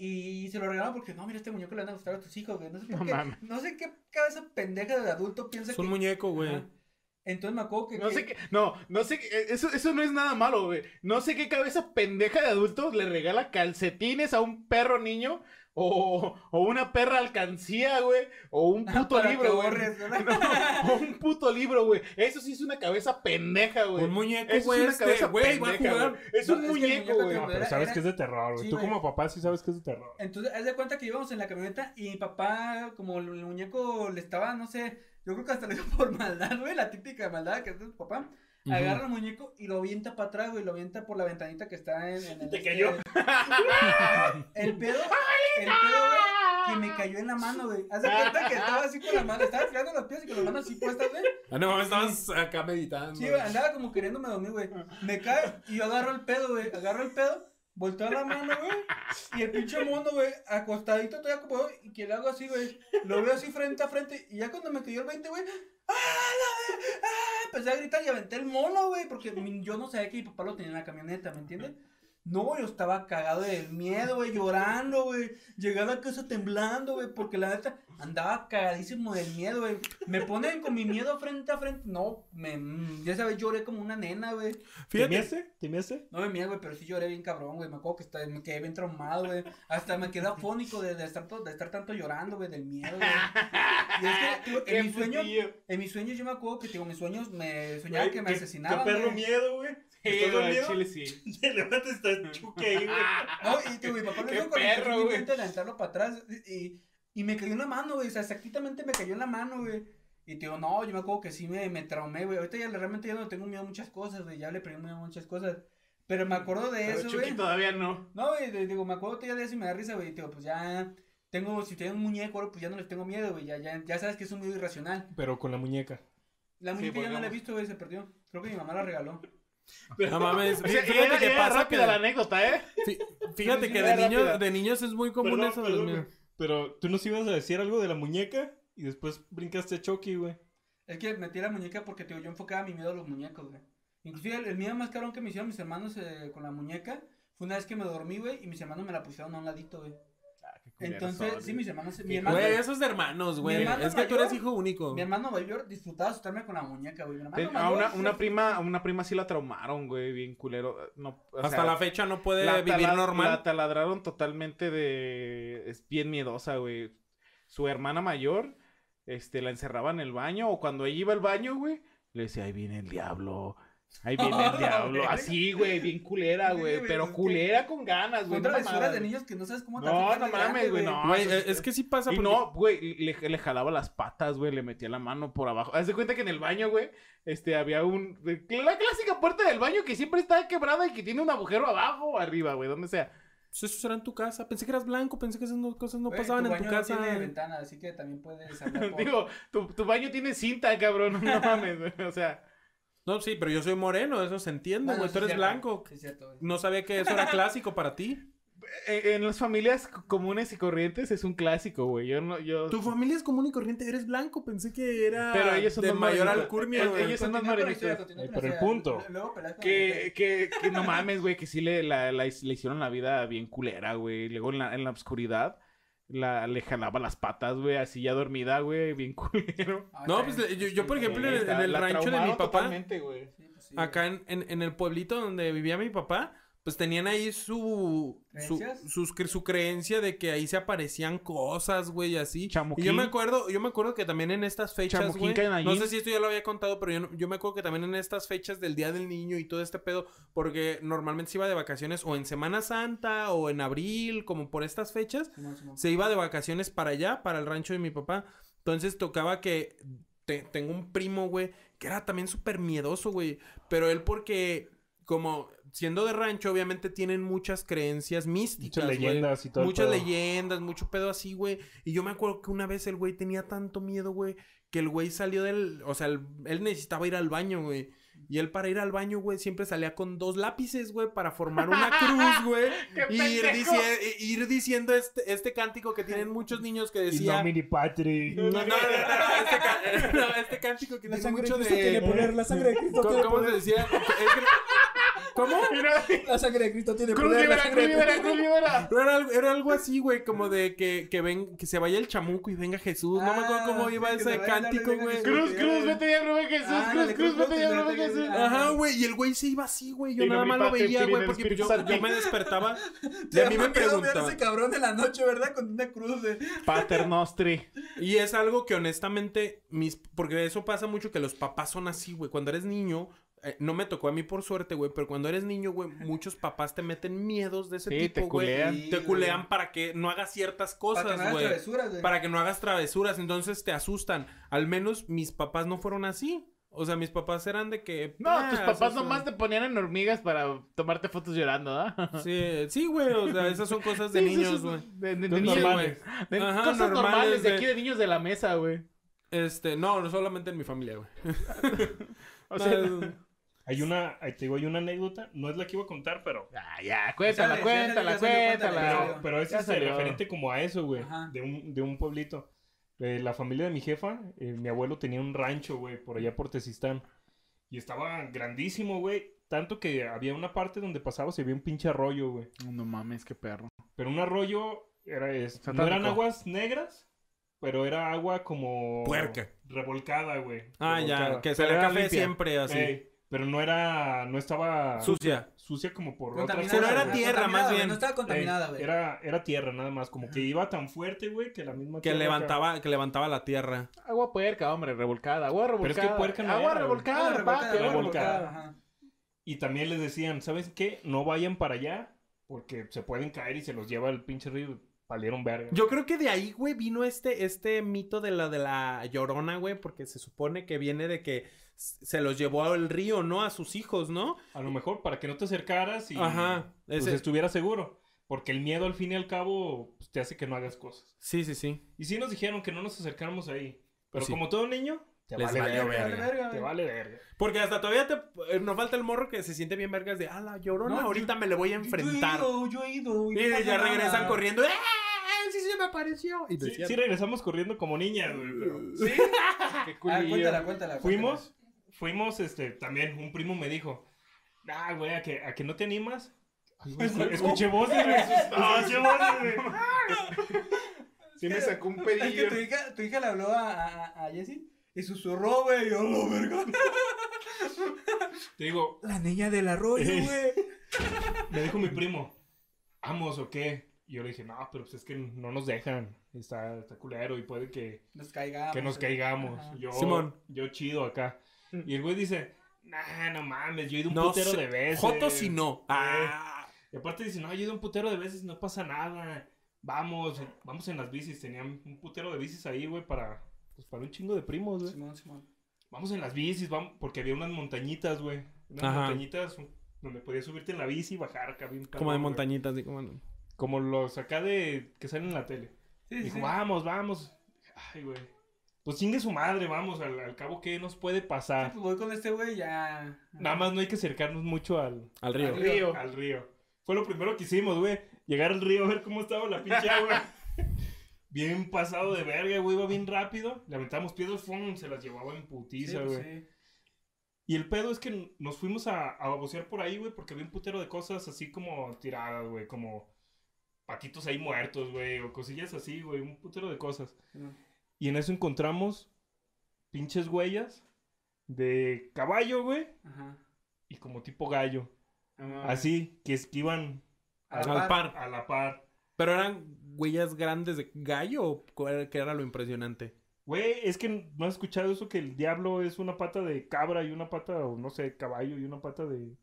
S4: y se lo regalaron porque no, mira, este muñeco le van a gustar a tus hijos, güey. No sé, por
S3: No
S4: qué,
S3: mames.
S4: no sé qué cabeza pendeja de adulto piensa
S1: Es un
S4: que.
S1: muñeco, güey.
S4: Ajá. Entonces me acuerdo que.
S3: No sé qué, no, no sé qué, eh, eso, eso no es nada malo, güey. No sé qué cabeza pendeja de adulto le regala calcetines a un perro niño o, o una perra alcancía, güey, o un puto
S4: Ah, Para que
S3: libro, güey.
S4: borres, ¿verdad?
S3: No, o un puto libro, güey. Eso sí es una cabeza pendeja, güey.
S1: Un muñeco,
S3: Eso
S1: güey.
S3: es una
S1: este,
S3: cabeza
S1: güey, va a
S3: pendeja,
S1: jugar.
S3: güey. Es
S4: No,
S3: un
S4: es que el
S3: muñeco,
S4: muñeco te
S3: güey.
S2: No, pero
S4: Era-
S2: sabes
S4: era-
S2: que es de terror, güey.
S4: Sí,
S2: Tú
S4: güey.
S2: como papá sí sabes que es de terror.
S4: Entonces, haz de cuenta que íbamos en la camioneta y mi papá, como el, el muñeco le estaba, no sé, yo creo que hasta le dio por maldad, güey, la típica maldad que hace tu papá.
S1: Ujú.
S4: Agarra el muñeco y lo avienta para atrás, güey, lo avienta por la ventanita que está en, en el. este,
S2: Te cayó.
S4: El pedo. El pedo, güey, que me cayó en la mano, güey. Haz de cuenta que estaba así con la mano, estaba tirando los pies y con la mano así puestas, güey.
S1: Ah, no mames, estabas acá meditando.
S4: Sí, güey, andaba como queriéndome dormir, güey. Me cae y yo agarro el pedo, güey. Agarro el pedo, volteo la mano, güey. Y el pinche mundo, güey, acostadito todavía como güey, y que le hago así, güey. Lo veo así frente a frente. Y ya cuando me cayó el 20, güey. ¡Ah, la ve- ¡Ah! Empecé a gritar y aventé el mono, güey. Porque mi- yo no sabía que mi papá lo tenía en la camioneta, ¿me entiendes? No, yo estaba cagado del miedo, güey, llorando, güey. Llegué a la casa temblando, güey, porque la neta andaba cagadísimo del miedo, güey. Me ponen con mi miedo frente a frente. No, me, mm, ya sabes, lloré como una nena, güey.
S1: Fíjate.
S2: ¿Temiaste? ¿Temiaste?
S4: No me miedo, güey, pero sí lloré bien cabrón, güey. Me acuerdo que está- me quedé bien traumado, güey. Hasta me quedé afónico de, de estar, to- de estar tanto llorando, güey, del miedo, güey. Y es que, tío,
S3: Qué
S4: en mis sueños,
S3: putillo.
S4: en mis sueños yo me acuerdo que, digo, mis sueños me soñaba
S2: Güey,
S4: que me
S2: qué-
S4: asesinaban,
S2: Qué perro
S4: güey.
S2: miedo, güey.
S3: Sí,
S2: ¿Estás
S3: güey,
S2: dormido?
S3: chile sí.
S2: Te levantas, estás chuque ahí, güey.
S4: No, y tío, mi papá lo
S3: Qué
S4: hizo con el
S3: perro, güey.
S4: de adelantarlo para atrás. Y, y me cayó en la mano, güey. O sea, exactamente me cayó en la mano, güey. Y tío, no, yo me acuerdo que sí me, me traumé, güey. Ahorita ya le- realmente ya no tengo miedo a muchas cosas, güey. Ya le perdí miedo a muchas cosas. Pero me acuerdo de
S3: Pero
S4: eso,
S3: Chucky
S4: güey.
S3: todavía no.
S4: No, güey, de- digo, me acuerdo todavía de eso y me da risa, güey. Digo, pues ya tengo, si tengo un muñeco, ahora, pues ya no les tengo miedo, güey. Ya, ya, ya sabes que es un miedo irracional.
S2: Pero con la muñeca.
S4: La
S3: Sí,
S4: muñeca ya no la he
S3: volvemos.
S4: visto, güey, se perdió. Creo que mi mamá la regaló.
S1: No mames.
S3: O sea,
S1: Fíjate
S3: era-
S1: que
S3: era
S1: pasa que.
S3: rápida la anécdota, ¿eh?
S1: fí- Fíjate que de
S3: Era rápida.
S1: niños, de niños es muy común
S2: Perdón,
S1: eso de los
S2: perdón,
S1: miedos.
S2: güey. Pero tú nos ibas a decir algo de la muñeca y después brincaste a Chucky, güey.
S4: Es que metí la muñeca porque, tío, yo enfocaba mi miedo a los muñecos, güey. Inclusive el, el miedo más cabrón que me hicieron mis hermanos eh, con la muñeca fue una vez que me dormí, güey, y mis hermanos me la pusieron a un ladito, güey.
S3: Ah, qué culeros
S4: Entonces,
S3: son,
S4: sí,
S3: güey.
S4: mis hermanos... Mi hermano,
S1: Güey, esos de hermanos, güey.
S4: Mi hermano
S1: Es que tú
S4: mayor-
S1: eres hijo único.
S4: mi hermano mayor disfrutaba asustarme con la muñeca, güey. Mi hermano
S3: a
S4: mayor,
S3: ah, una,
S4: sí,
S3: una
S4: sí.
S3: prima, a una prima sí la traumaron, güey, bien culero. No, o
S1: Hasta
S3: sea,
S1: la fecha no puede vivir
S3: tala-
S1: normal.
S3: La taladraron totalmente de. Es bien miedosa, güey. Su hermana mayor, este, la encerraba en el baño. O cuando ella iba al baño, güey, le decía, ahí viene el diablo. Ahí viene el diablo. Así, güey, bien culera,
S4: Sí,
S3: güey.
S4: güey,
S3: Pero
S4: es que-
S3: culera con ganas, güey.
S4: Son
S3: no
S4: travesuras
S3: mamadas.
S4: de niños que no sabes cómo te
S3: No,
S4: afectan
S3: no
S4: de grande,
S3: mames, güey, no.
S1: Güey,
S3: eso
S1: eh, es que sí pasa
S3: Y
S1: porque-
S3: no, güey, le, le jalaba las patas, güey, le metía la mano por abajo. Haz de cuenta que en el baño, güey, este, había un... La clásica puerta del baño que siempre está quebrada y que tiene un agujero abajo o arriba, güey, donde sea.
S1: Pues eso era en tu casa. Pensé que eras blanco, pensé que esas no- cosas no
S4: Güey,
S1: pasaban en
S4: baño
S1: tu
S4: no
S1: casa.
S4: tiene ventana, así que también puedes hablar por...
S3: Digo, tu, tu baño tiene cinta, cabrón, no mames, güey, o sea...
S1: No, sí, pero yo soy moreno, eso se entiende,
S4: Bueno,
S1: güey. pues
S4: sí
S1: Tú
S4: es
S1: eres
S4: cierto,
S1: blanco.
S4: sí es cierto, güey.
S1: No sabía que eso era clásico para ti.
S3: eh, En, en las familias c- comunes y corrientes es un clásico, güey, yo no... Yo...
S1: Tu familia es común y corriente, eres blanco. Pensé que era
S3: Pero ellos son
S1: de
S3: más
S1: mayor
S3: morenitos.
S1: alcurnia,
S3: Eh,
S1: güey.
S3: ellos- son más
S4: Continúa con
S3: morenitos.
S4: la historia, continúa
S2: Eh,
S4: con la
S2: pero el
S4: historia. pues,
S2: punto.
S4: Lu- Luego peleas con la
S3: Que,
S4: mujer.
S3: que, que no mames, güey, que sí le, la, la- le hicieron la vida bien culera, güey. Luego en la, en la oscuridad la, le jalaba las patas, güey, así ya dormida, güey, bien culero.
S4: Ah,
S1: No,
S4: está
S1: pues
S4: bien.
S1: le- yo, yo, por
S4: Sí,
S1: ejemplo, en
S4: güey.
S1: el, en
S3: La-
S1: el
S3: la
S1: rancho de mi
S3: traumaron
S1: papá,
S3: Totalmente, güey.
S4: Sí, pues sí,
S1: acá en, en- en el pueblito donde vivía mi papá, pues tenían ahí su, su,
S4: ¿Creencias?
S1: sus cre- su creencia de que ahí se aparecían cosas, güey, y así.
S3: Chamuquín.
S1: Y yo me acuerdo, yo me acuerdo que también en estas fechas,
S3: Chamuquín,
S1: güey, no
S3: canallín.
S1: sé si esto ya lo había contado, pero yo, no- yo me acuerdo que también en estas fechas del Día del Niño y todo este pedo, porque normalmente se iba de vacaciones o en Semana Santa o en abril, como por estas fechas,
S4: Simón, Simón.
S1: se iba de vacaciones para allá, para el rancho de mi papá. Entonces tocaba que te- tengo un primo, güey, que era también súper miedoso, güey. Pero él porque, como siendo de rancho, obviamente tienen muchas creencias místicas.
S2: Muchas
S1: güey.
S2: leyendas y todo. el
S1: Muchas
S2: pedo.
S1: leyendas, mucho pedo así, güey. Y yo me acuerdo que una vez el güey tenía tanto miedo, güey, que el güey salió del. O sea, el- él necesitaba ir al baño, güey. Y él para ir al baño, güey, siempre salía con dos lápices, güey, para formar una cruz, güey.
S3: ¡Qué
S1: y ir,
S3: pendejo!
S1: dici- ir diciendo este, este cántico que tienen muchos niños que
S2: Y
S1: decía...
S2: Nomini Patri.
S1: No, no, no, no, no, este, ca- no, este cántico que
S5: La
S1: tiene
S5: sangre de
S1: mucho de...
S5: Cristo tiene poder, la sangre de Cristo
S1: ¿Cómo,
S5: tiene
S1: cómo se
S5: poder.
S1: decía? Es que- ¿Cómo?
S3: Mira,
S5: La sangre de Cristo tiene
S3: Cruz
S5: poder. La
S3: libera, cruz
S5: sangre de
S3: libera, cruz libera.
S1: Pero era, algo- era algo así, güey, como de que, que, ven, que se vaya el chamuco y venga Jesús. No me acuerdo cómo
S4: Ah,
S1: iba
S4: sí, que se
S1: ese
S4: vaya, dale,
S1: cántico,
S4: venga
S1: güey.
S4: Jesús.
S3: Cruz, cruz, vete ya, Rubén Jesús, cruz,
S4: Ándale,
S3: Ah, cruz, vete ya,
S4: cruz,
S3: Rubén
S4: cruz,
S3: Jesús.
S4: cruz,
S1: Ajá, güey, y el güey se iba así, güey. Yo
S3: Y no
S1: nada
S3: me
S1: más lo
S3: pasa,
S1: veía,
S3: tiene
S1: güey,
S3: el
S1: porque
S3: Espíritu
S1: yo,
S3: Santo.
S1: yo me despertaba. Y
S4: Te
S1: a mí me
S4: me quedó ver
S1: preguntaban.
S4: ese cabrón de la noche, ¿verdad? Con una cruz de...
S3: Pater Nostri.
S1: Y es algo que honestamente, mis, porque eso pasa mucho que los papás son así, güey. Cuando eres niño, eh, no me tocó a mí por suerte, güey, pero cuando eres niño, güey, muchos papás te meten miedos de ese
S3: Sí,
S1: tipo,
S3: te
S1: güey.
S3: culean.
S1: Te culean para que no hagas ciertas
S4: Para que
S1: cosas,
S4: no hagas
S1: güey.
S4: travesuras, güey.
S1: Para que no hagas travesuras, entonces te asustan. Al menos mis papás no fueron así. O sea, mis papás eran de que...
S3: No,
S1: ah,
S3: tus papás
S1: eso-
S3: nomás te ponían en hormigas para tomarte fotos llorando, ¿ah?
S1: Sí, sí, güey, o sea, esas son cosas de
S3: Sí, sí,
S1: niños,
S3: sí,
S1: güey.
S3: De, de- de
S2: Son
S1: Sí,
S3: niños,
S2: normales.
S1: güey.
S3: De
S1: Ajá,
S3: cosas normales,
S1: normales
S3: de
S1: de-
S3: aquí de niños de la mesa, güey.
S1: Este, no, no solamente en mi familia, güey. Ah,
S3: O sea,
S2: Hay una, ahí te digo, hay una anécdota, no es la que iba a contar, pero.
S3: ah, ya, cuéntala,
S4: Ya salió,
S3: cuéntala,
S4: ya salió, ya salió, ya
S3: cuéntala.
S2: Pero,
S4: salió.
S2: pero es
S3: Ya
S2: este,
S3: salió.
S2: referente como a eso, güey.
S4: Ajá.
S2: De un, de un pueblito. Eh, la familia de mi jefa, eh, mi abuelo tenía un rancho, güey, por allá por Tezistán. Y estaba grandísimo, güey. Tanto que había una parte donde pasaba, se veía un pinche arroyo, güey.
S3: No mames, qué perro.
S2: Pero un arroyo era es-
S3: Satánico.
S2: no eran aguas negras, pero era agua como
S1: Puerca.
S2: revolcada, güey.
S1: Ah, ya,
S2: Revolcada.
S1: que
S3: Pero
S1: sale
S3: era
S1: café
S3: limpia.
S1: siempre así.
S2: Ey, pero no era no estaba
S1: Sucia.
S2: sucia como por otra
S4: Contaminada,
S1: Pero era
S4: güey,
S1: tierra,
S4: contaminada,
S1: más
S4: güey,
S1: bien.
S4: No estaba contaminada, güey.
S2: Era era tierra nada más, como que iba tan fuerte, güey, que la misma
S1: Que
S2: tierra
S1: levantaba, que levantaba la tierra.
S3: Agua puerca, hombre, revolcada, agua
S2: Pero
S3: revolcada.
S2: es que puerca no era,
S3: agua
S2: güey.
S4: Ah,
S3: revolcada,
S4: revolcada,
S3: papi, agua
S2: revolcada.
S3: revolcada.
S4: ajá.
S2: Y también les decían, ¿sabes qué? No vayan para allá porque se pueden caer y se los lleva el pinche río. Palieron verga.
S1: Yo creo que de ahí, güey, vino este, este mito de la de la llorona, güey, porque se supone que viene de que s- se los llevó al río, ¿no? A sus hijos, ¿no?
S2: A lo mejor para que no te acercaras y
S1: Ajá.
S2: pues,
S1: ese-
S2: estuviera seguro. Porque el miedo al fin y al cabo pues, te hace que no hagas cosas.
S1: Sí, sí, sí.
S2: Y sí nos dijeron que no nos acercáramos ahí. Pero
S1: Sí.
S2: como todo niño, te
S1: Les
S2: vale
S1: valió
S2: verga.
S1: verga.
S2: Te vale verga.
S1: Porque hasta todavía te, eh, nos falta el morro que se siente bien vergas de, ah, la llorona,
S4: No, yo-
S1: ahorita me le voy a enfrentar.
S4: Yo he ido, yo he ido.
S1: Y
S4: no pasa
S1: ya
S4: nada.
S1: regresan corriendo, ¡eh! Sí, se me apareció. Y te
S2: Sí,
S1: decían,
S2: sí regresamos corriendo como niñas, güey. pero-
S4: Sí.
S3: Qué
S4: Ah,
S3: culillo.
S4: cuéntala, cuéntala, cuéntala.
S2: Fuimos, fuimos, este, también un primo me dijo, ah, güey, a que, a que no te animas. Escu-
S3: güey.
S2: Escuché voces, güey. Escuché voces, güey.
S3: Sí me sacó un
S4: Es que
S3: pedillo.
S4: tu hija, tu hija le habló a, a, a Jessie y susurró, güey. Yo, lo verga.
S2: Te digo,
S4: La niña del arroyo,
S2: Ey.
S4: güey.
S2: me dijo mi primo, ¿amos o qué? Y yo le dije, no, pero pues es que no nos dejan. Está, está culero y puede que
S4: Nos caigamos.
S2: que nos
S4: eh.
S2: caigamos.
S4: Ajá.
S2: Yo,
S1: Simón.
S2: yo chido acá. Y el güey dice, nah, no mames, yo he ido un
S1: No
S2: putero
S1: sé,
S2: de veces.
S1: Joto si no. Ah.
S2: Y aparte dice, no, yo he ido un putero de veces, no pasa nada. Vamos, eh, vamos en las bicis. Tenían un putero de bicis ahí, güey, para, pues, para un chingo de primos, güey.
S4: Simón, Simón.
S2: Vamos en las bicis, vamos, porque había unas montañitas, güey. Unas
S1: Ajá.
S2: montañitas donde podías subirte en la bici y bajar acá bien.
S1: Como de
S2: cabrón, güey.
S1: montañitas, así como-
S2: Como los acá de que salen en la tele.
S4: Sí, sí,
S2: Dijo, "Ah".
S4: sí.
S2: vamos, vamos. Ay, güey. Pues chingue su madre, vamos. Al, al cabo, ¿qué nos puede
S4: Sí,
S2: pasar?
S4: pues voy con este güey ya.
S2: Nada más no hay que acercarnos mucho al,
S1: al río.
S2: al
S3: Río.
S2: Al río. Fue lo primero que hicimos, güey. Llegar al río a ver cómo estaba la pinche agua. bien pasado de verga, güey. Iba bien rápido. Le aventamos piedras, ¡fum! se las llevaba en
S4: Sí,
S2: putiza,
S4: pues,
S2: güey.
S4: sí.
S2: Y el pedo es que nos fuimos a, a babosear por ahí, güey, porque había un putero de cosas así como tiradas, güey, como patitos ahí muertos, güey, o cosillas así, güey, un putero de cosas.
S4: Simón.
S2: Y en eso encontramos pinches huellas de caballo, güey,
S4: Ajá.
S2: y como tipo gallo.
S3: No
S4: Ah.
S3: mames.
S2: Así, que esquivan
S4: Al
S1: Al
S4: par.
S1: par.
S2: a la par.
S1: Pero eran huellas grandes de gallo o cuál- qué era lo impresionante.
S2: Güey, es que no has escuchado eso que el diablo es una pata de cabra y una pata, o no sé, caballo y una pata de...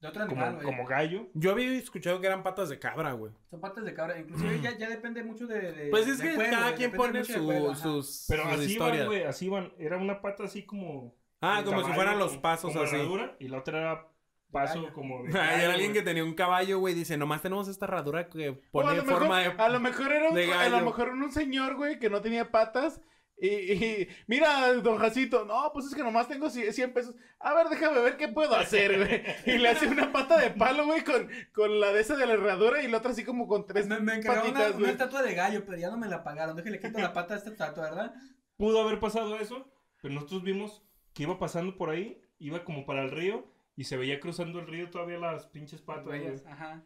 S4: De otro animal,
S2: Como,
S4: güey.
S2: como gallo.
S1: Yo había escuchado que eran patas de cabra, güey.
S4: Son patas de cabra. Inclusive ya, ya depende mucho de. de-
S1: Pues es
S4: del
S1: que
S4: pueblo,
S1: cada
S4: güey,
S1: quien
S4: depende
S1: pone
S4: mucho del pueblo,
S1: su-
S4: ajá.
S1: sus,
S2: Pero
S1: sus
S2: así
S1: historias.
S2: iban, güey, así iban. Era una pata así como...
S1: ah,
S2: de
S1: como si
S2: caballo,
S1: fueran los
S2: con-
S1: pasos
S2: como
S1: así.
S2: herradura, y la otra era paso
S4: gallo.
S2: como de...
S1: Hay
S2: gallo,
S1: alguien que
S2: güey.
S1: tenía un caballo, güey, dice, nomás tenemos esta herradura que
S3: O
S1: pone
S3: a lo
S1: forma
S3: mejor,
S1: de...
S3: a lo mejor era un,
S1: de
S3: a lo
S1: gallo.
S3: mejor era un señor, güey, que no tenía patas. Y, y, mira, don Jacinto, no, pues es que nomás tengo cie- 100 pesos. A ver, déjame ver qué puedo hacer, güey. Y le hace una pata de palo, güey, con, con la de esa de la herradura y la otra así como con tres
S4: Pues Me, me encargaron una,
S3: patitas,
S4: una
S3: güey.
S4: estatua de gallo, pero ya no me la pagaron. Déjale quito la pata a esta estatua, ¿verdad?
S2: Pudo haber pasado eso, pero nosotros vimos que iba pasando por ahí, iba como para el río, y se veía cruzando el río todavía las pinches patas, güey.
S4: Ajá.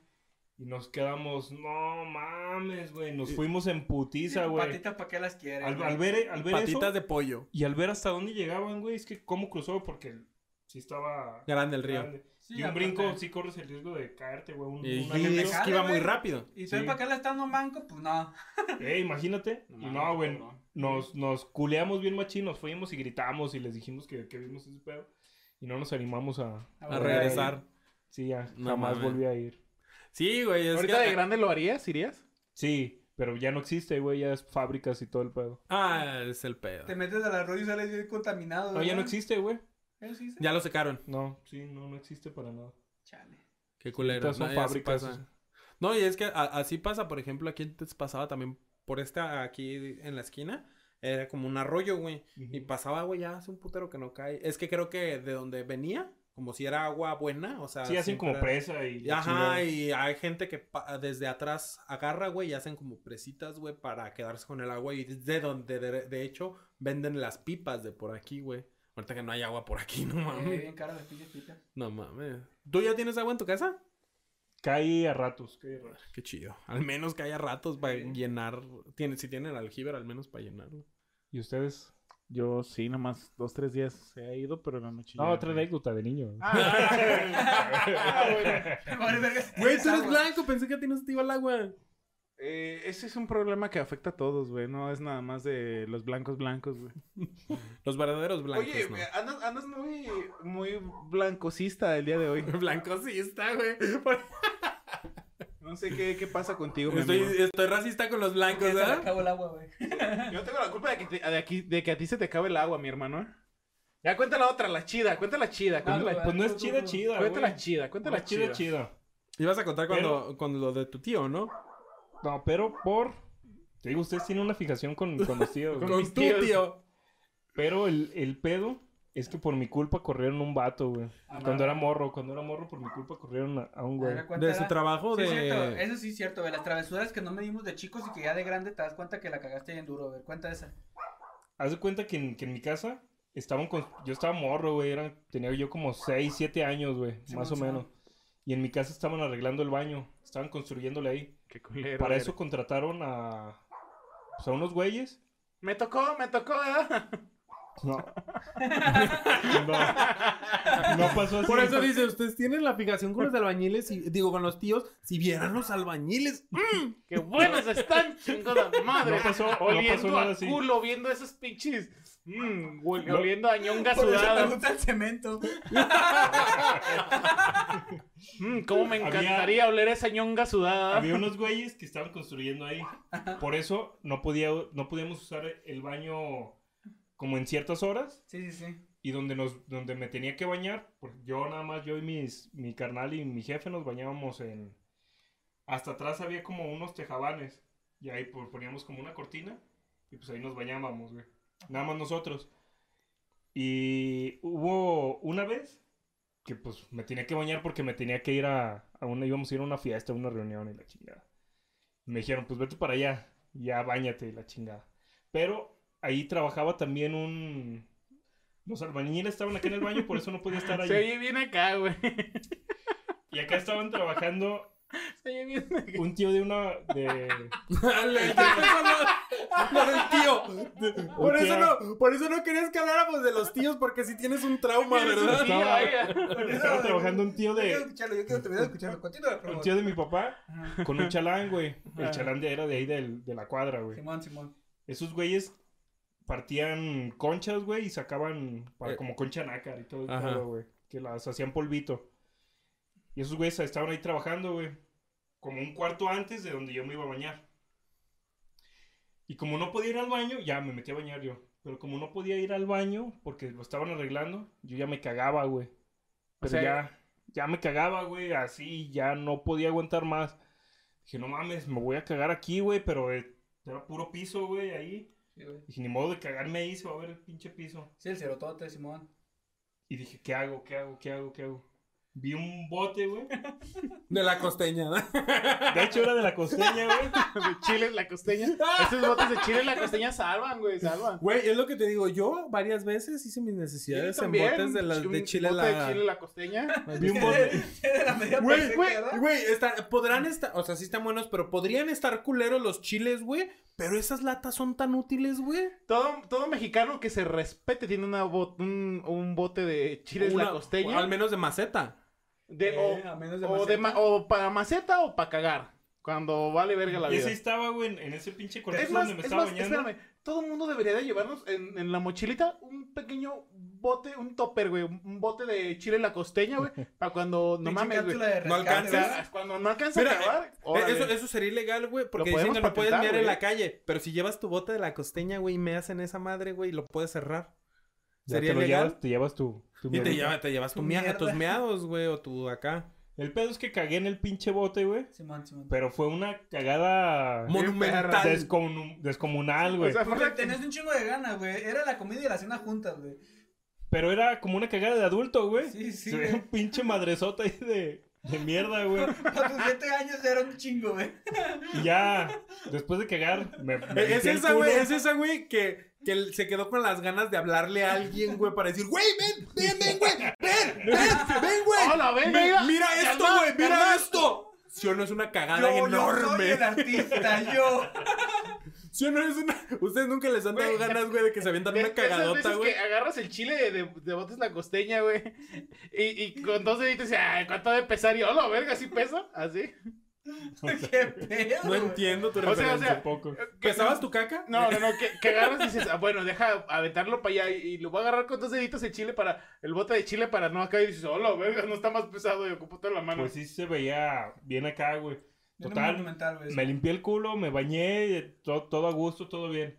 S2: Y nos quedamos, no mames, güey. Nos fuimos en putiza, güey.
S4: Patitas, ¿para qué las quieres?
S2: Al,
S4: güey?
S2: al ver, al ver
S1: Patitas
S2: eso,
S1: de pollo.
S2: y al ver hasta dónde llegaban, güey, es que cómo cruzó, porque sí estaba...
S1: Grande el río.
S2: grande.
S4: Sí,
S2: y un
S4: aparte.
S2: brinco, sí corres el riesgo de caerte, güey. Un,
S1: Y,
S2: una
S1: y
S2: gente-
S1: es
S4: jale,
S1: que iba muy
S4: güey.
S1: rápido.
S4: ¿Y soy
S2: Sí.
S4: para acá la estando manco? Pues no.
S2: Eh, imagínate.
S3: No
S2: Y
S3: mames,
S2: no, güey.
S3: cabrón.
S2: Nos, nos culeamos bien machín, nos fuimos y gritamos y les dijimos que, que vimos ese pedo. Y no nos animamos a,
S1: A
S4: Ahora,
S1: regresar.
S2: Sí, ya
S1: No
S2: jamás
S1: mames.
S2: volví a ir.
S1: Sí, güey, es
S3: Ahorita de
S1: que...
S3: grande lo harías, irías.
S2: Sí, pero ya no existe, güey. Ya es fábricas y todo el pedo.
S1: Ah, es el pedo.
S4: Te metes al arroyo y sales bien contaminado.
S2: No, Ah, ya
S4: ¿verdad?
S2: no existe, güey.
S4: ¿Eso sí se-
S1: Ya lo secaron.
S2: No, sí, no, no existe para nada.
S4: Chale.
S1: Qué culero.
S2: Ahorita son
S1: ¿no? Ya se
S2: fábricas.
S1: pasa. No, y es que a- así pasa, por ejemplo, aquí antes pasaba también por esta, aquí en la esquina, era como un arroyo, güey.
S2: Ujú.
S1: Y pasaba, güey, ya hace un putero que no cae. Es que creo que de donde venía, como si era agua buena, o sea.
S2: Sí, hacen
S1: siempre
S2: como
S1: era-
S2: presa y. la
S1: Ajá,
S2: chingada.
S1: y hay gente que pa- desde atrás agarra, güey, y hacen como presitas, güey, para quedarse con el agua. Y de donde, de, de hecho, venden las pipas de por aquí, güey. Ahorita que no hay agua por aquí, no
S4: Eh,
S1: mames.
S4: bien cara las pinches pitas.
S1: No mames. ¿Tú ya tienes agua en tu casa?
S2: Cae a ratos, cae a ratos.
S1: Qué chido. Al menos que haya ratos para
S4: Sí.
S1: llenar. Tiene, si tienen aljibe, al menos para llenarlo.
S2: ¿Y ustedes?
S3: Yo sí, nomás dos, tres días se ha ido, pero en la noche.
S2: No,
S3: ya-
S2: otra anécdota de niño.
S3: Ah, bueno.
S4: Vale, verga.
S1: Güey, tú eres
S4: Agua.
S1: blanco. Pensé que a ti no se te iba el agua.
S3: Eh, ese es un problema que afecta a todos, güey. No es nada más de los blancos blancos, güey.
S1: Los verdaderos blancos,
S3: Oye,
S1: ¿no?
S3: eh, andas, andas muy, muy blancosista el día de hoy.
S1: Blanco sí está, güey.
S3: No sé qué, qué pasa contigo, mi
S1: Estoy,
S3: amigo.
S1: estoy racista con los blancos,
S4: Ya se le
S1: ¿verdad?
S4: acabó el agua, güey.
S3: Yo no tengo la culpa de que, te- de aquí- de que a ti se te acabe el agua, mi hermano. ¿eh? Ya cuenta la otra, la chida, cuenta la chida, cuenta
S4: Dale,
S3: la,
S4: güey.
S2: Pues no es chida, chida.
S3: cuenta
S2: güey.
S3: la chida, cuenta
S2: No
S3: la
S2: es chida,
S3: chida.
S2: chida.
S1: Ibas a contar cuando, cuando lo de tu tío, ¿no?
S2: No, pero por. Te digo, ustedes tienen una fijación con, con los tíos, güey.
S1: Con
S3: Pues, mis
S1: tu
S3: tíos.
S1: tío.
S2: Pero el, el pedo es que por mi culpa corrieron un vato, güey.
S4: Ah,
S2: Cuando
S4: no.
S2: era morro, cuando era morro, por mi culpa corrieron a, a un güey.
S4: Haga cuenta,
S1: De su
S4: era-
S1: trabajo
S4: Sí,
S1: de.
S4: es cierto, eso sí es cierto, güey. Las travesuras que no medimos de chicos y que ya de grande te das cuenta que la cagaste bien duro, güey. Cuenta esa.
S2: Haz de cuenta que en, que en mi casa estaban con, yo estaba morro, güey, era- tenía yo como 6, 7 años, güey,
S4: Sí,
S2: más
S4: man,
S2: o
S4: sí,
S2: menos.
S4: man.
S2: Y en mi casa estaban arreglando el baño, estaban construyéndole ahí.
S3: Qué culero.
S2: Para
S3: eres.
S2: eso contrataron a, pues, a unos güeyes.
S3: Me tocó, me tocó, ¿eh? ¿verdad?
S2: No. no. No pasó así.
S1: Por eso dice, ustedes tienen la fijación con los albañiles y digo con los tíos, si vieran los albañiles.
S3: ¡Qué buenas están, chingada madre!
S2: No pasó- no pasó
S3: oliendo
S2: nada
S3: a
S2: así.
S3: culo, viendo esos pinches... mm, huel-
S2: No.
S3: Oliendo a ñonga
S4: Por eso me
S3: sudada.
S4: gusta el cemento.
S3: Mm, ¿Cómo me
S2: Había-
S3: encantaría oler esa ñonga sudada?
S2: Había unos güeyes que estaban construyendo ahí. Por eso no, podía, no podíamos usar el baño como en ciertas horas.
S4: Sí, sí, sí.
S2: Y donde, nos, donde me tenía que bañar, porque yo nada más, yo y mis, mi carnal y mi jefe nos bañábamos en... Hasta atrás había como unos tejabanes. Y ahí pues, poníamos como una cortina. Y pues ahí nos bañábamos, güey. Nada más nosotros. Y hubo una vez que pues me tenía que bañar porque me tenía que ir a, a una, íbamos a ir a una fiesta, a una reunión y la chingada. Me dijeron, pues vete para allá, ya bañate y la chingada. Pero ahí trabajaba también un... Los albañiles estaban acá en el baño, por eso no podía estar
S3: Se
S2: ahí.
S3: oye bien acá, güey.
S2: Y acá estaban trabajando
S3: Se oye bien acá.
S2: un tío de una... De,
S1: Le- lo del tío. Por
S2: Ok.
S1: eso, no, por eso no querías que habláramos pues, de los tíos, porque si tienes un trauma, ¿verdad?
S3: Sí,
S2: Estaba-
S3: vaya.
S2: estaba trabajando un tío
S4: Yo quiero
S2: de...
S4: escucharlo, yo quiero terminar de escucharlo. Continúa, por
S2: Un
S4: favor.
S2: tío de mi papá
S4: Ajá.
S2: con un chalán, güey. El
S3: Ajá.
S2: chalán de- era de ahí del- de la cuadra, güey.
S4: Simón, Simón.
S2: Esos güeyes partían conchas, güey, y sacaban para
S1: Eh.
S2: como concha nácar y todo, el
S1: Ajá.
S2: pedo, güey. Que las hacían polvito. Y esos güeyes estaban ahí trabajando, güey. Como un cuarto antes de donde yo me iba a bañar. Y como no podía ir al baño, ya me metí a bañar yo. Pero como no podía ir al baño porque lo estaban arreglando, yo ya me cagaba, güey. Pero
S3: sea-
S2: ya, ya me cagaba, güey, así, ya no podía aguantar más. Dije, no mames, me voy a cagar aquí, güey, pero eh, era puro piso, güey, ahí.
S4: Sí, güey.
S2: Dije, ni modo de cagarme ahí, se va a ver el pinche piso.
S4: Sí, el cerotote, Simón.
S2: Y dije, ¿qué hago? ¿Qué hago? ¿Qué hago? ¿Qué hago? Vi un bote, güey.
S1: De la costeña.
S2: De hecho, era de la costeña, güey.
S3: De chile en la costeña. Esos botes de chile en la costeña salvan, güey, salvan.
S1: Güey, es lo que te digo. Yo varias veces hice mis necesidades en
S3: también,
S1: botes de, la,
S3: un
S1: de Chile
S3: bote
S1: la.
S3: de chile en la costeña.
S2: Vi un bote.
S4: Era la media
S1: Güey,
S4: perfecta,
S1: güey,
S4: ¿verdad?
S1: güey, está- podrán estar, o sea, sí están buenos, pero podrían estar culeros los chiles, güey. Pero esas latas son tan útiles, güey.
S3: Todo, todo mexicano que se respete tiene una bot- un, un bote de chile en la
S1: Una-
S3: costeña.
S1: Al menos de maceta.
S3: De- o-
S4: Eh, a menos de
S3: o, de
S4: maceta.
S3: ma- o para maceta o para cagar. Cuando vale verga la
S2: Y
S3: vida.
S2: ese estaba, güey, en- en ese pinche cuartito
S3: Es más,
S2: donde me
S3: es
S2: estaba
S3: más,
S2: bañando.
S3: espérame. Todo el mundo debería de llevarnos en, en la mochilita un pequeño bote, un topper, güey. Un bote de chile en la costeña, güey. Para cuando, no
S4: Pinche
S3: mames, güey.
S4: cápsula de
S1: No
S4: rescate,
S1: alcanzas.
S4: ¿verdad?
S3: Cuando no alcanza
S1: Mira, eh,
S3: a acabar. órale.
S1: E, Eso, eso sería ilegal, güey, porque dicen
S3: podemos
S1: que no puedes
S3: patentar,
S1: mear en
S3: güey.
S1: la calle. Pero si llevas tu bote de la costeña, güey, y meas en esa madre, güey, lo puedes cerrar.
S2: Ya
S1: ¿Sería
S2: te lo
S1: legal?
S2: llevas, te llevas tu, tu
S1: Y te,
S2: mierdita.
S1: lleva- te llevas tu
S4: Tu
S1: mia-
S4: mierda.
S1: tus meados, güey, o tu acá.
S2: El pedo es que cagué en el pinche bote, güey.
S4: Simón, Simón.
S2: Pero fue una cagada
S1: Monumental.
S2: descomun- descomunal, güey.
S3: O sea, fue
S4: Porque
S3: una-
S4: tenías un chingo de ganas, güey. Era la comida y la cena juntas, güey.
S2: Pero era como una cagada de adulto, güey.
S4: Sí, sí,
S2: Se ve
S4: güey.
S2: un pinche madresota ahí de, de mierda, güey.
S4: A tus 7 años era un chingo, güey.
S2: Y ya, después de cagar, me, me
S1: Es
S2: limpié el
S1: esa, güey,
S2: culo.
S1: es esa, güey, que, que él se quedó con las ganas de hablarle a alguien, güey, para decir, güey, ven, ven, ven, güey, ven, ven, ven, güey.
S3: Hola, ven,
S1: Ven,
S3: mira.
S1: mira
S3: Calma,
S1: esto, güey, mira
S3: calma.
S1: esto. Si o no es una cagada
S4: Yo no soy
S1: enorme.
S4: el artista, yo.
S1: Si o no es una. Ustedes nunca les han dado
S3: Güey.
S1: ganas, güey, de que se avientan
S3: De-
S1: una
S3: de esas
S1: cagadota,
S3: veces
S1: güey.
S3: que agarras el chile de, de, de botes la costeña, güey. Y, y con dos deditos dices, ay, ¿cuánto ha de pesar? Y, hola, verga, ¿sí pesa? Así.
S4: Qué pedo.
S1: No
S4: güey.
S1: entiendo tu
S3: O sea,
S1: referencia.
S3: o sea,
S2: Tampoco.
S1: ¿Pesabas tu caca?
S3: No, no, no, que, que agarras y dices, ah, bueno, deja aventarlo para allá y, y lo voy a agarrar con dos deditos el chile para, el bote de chile para no acá y dices, hola, verga, no está más pesado y ocupo toda la mano.
S2: Pues sí se veía bien acá, güey.
S4: Era un
S2: Total,
S4: monumental, güey.
S2: Me limpié el culo, me bañé, eh, to- todo a gusto, todo bien.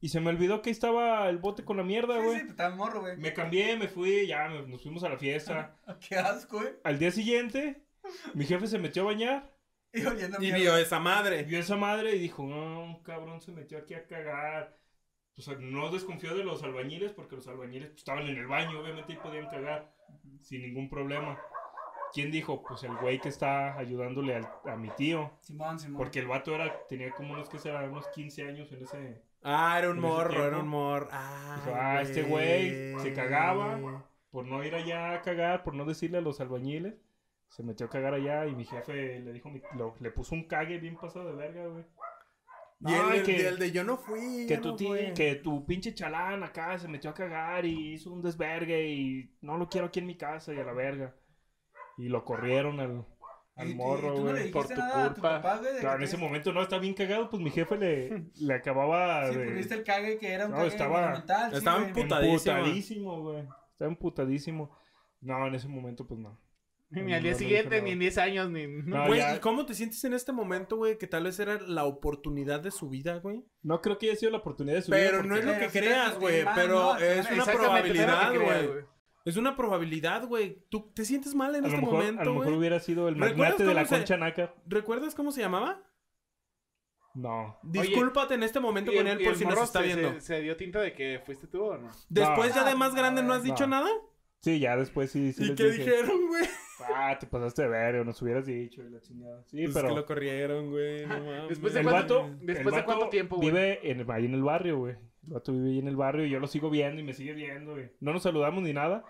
S2: Y se me olvidó que estaba el bote con la mierda,
S4: Sí,
S2: güey.
S4: sí, pues, estaba morro, güey.
S2: Me cambié, me fui, ya me- nos fuimos a la fiesta.
S4: Qué asco, güey.
S2: Al día siguiente, mi jefe se metió a bañar,
S4: Y oliendo
S1: Y
S4: mierda.
S1: vio esa madre.
S2: vio esa madre y dijo, no, un cabrón se metió aquí a cagar. O sea, no desconfió de los albañiles porque los albañiles pues, estaban en el baño, obviamente, y podían cagar sin ningún problema. ¿Quién dijo? Pues el güey que está ayudándole al- a mi tío.
S4: Simón, Simón.
S2: Porque el vato era, tenía como unos que será unos 15 años en ese,
S1: Ah, era un
S2: En ese
S1: morro,
S2: tiempo.
S1: era un morro. Ah,
S2: Dijo, ah, este güey se cagaba por no ir allá a cagar, por no decirle a los albañiles. Se metió a cagar allá y mi jefe le dijo, mi- lo- le puso un cague bien pasado de verga, güey.
S1: Ah, Y el,
S2: Ay,
S1: el-
S2: que-
S1: el de yo no fui.
S2: Que
S1: yo
S2: tu,
S1: no
S2: ti-
S1: fui.
S2: que tu pinche chalán acá se metió a cagar y hizo un desvergue y no lo quiero aquí en mi casa y a la verga. Y lo corrieron al, al
S4: Y- y- y
S2: morro,
S4: tú no le
S2: güey.
S3: por
S4: dijiste
S3: tu
S4: nada a tu
S3: culpa.
S4: papá, güey. de
S2: Claro, en
S4: que
S2: ese
S4: te-
S2: momento no, está bien cagado, pues mi jefe le, le acababa
S4: Sí,
S2: de...
S4: pues viste el cague que era un
S2: No,
S4: cague
S2: estaba-
S4: monumental, sí,
S1: estaba
S4: güey.
S1: empu- Emputadísimo.
S2: Emputadísimo, güey. Está emputadísimo. No, en ese momento, pues no.
S3: Ni al día
S2: No, no
S3: siguiente,
S2: dijo
S3: ni en
S2: nada.
S3: 10 años, ni...
S2: No,
S1: Güey,
S2: Ah, ya-
S1: ¿y cómo te sientes en este momento, güey? Que tal vez era la oportunidad de su vida, güey.
S2: No creo que haya sido la oportunidad de su vida
S1: Pero
S2: porque-
S1: no es lo que
S4: Pero sí,
S1: creas,
S4: sí,
S1: güey.
S4: man,
S1: Pero es una
S4: no,
S3: Ah, Exactamente, no era lo
S1: probabilidad,
S3: que quería,
S1: güey. Es una probabilidad, güey. Tú te sientes mal en
S2: A lo
S1: este
S2: mejor, a
S1: momento,
S2: lo mejor
S1: güey.
S2: hubiera sido el
S1: ¿Recuerdas
S2: magnate de la
S1: cómo se-
S2: concha nácar.
S1: ¿Recuerdas cómo se llamaba?
S2: No.
S3: Oye,
S1: Discúlpate en este momento
S3: Y
S1: con
S3: el-
S1: él
S3: y
S1: por
S3: el
S1: si nos
S3: morro
S1: está
S3: se-
S1: viendo.
S3: Se, se dio tinta de que fuiste tú o no.
S1: Después ya
S4: No.
S1: de más grande no has dicho
S2: No.
S1: nada.
S2: Sí, ya después sí, sí
S1: ¿Y
S2: les
S1: qué
S2: dije,
S1: dijeron, güey?
S2: Ah, te pasaste de ver, o nos hubieras dicho, y la chingada. Sí,
S1: Pues
S2: pero
S1: que lo corrieron, güey. No mames.
S3: Después de
S2: el
S3: cuánto-
S2: vato...
S3: después
S2: el
S3: de
S2: vato
S3: cuánto tiempo, güey?
S2: Vive en, ahí en el barrio, güey. El vato vive ahí en el barrio y yo lo sigo viendo y me sigue viendo, güey. No nos saludamos ni nada,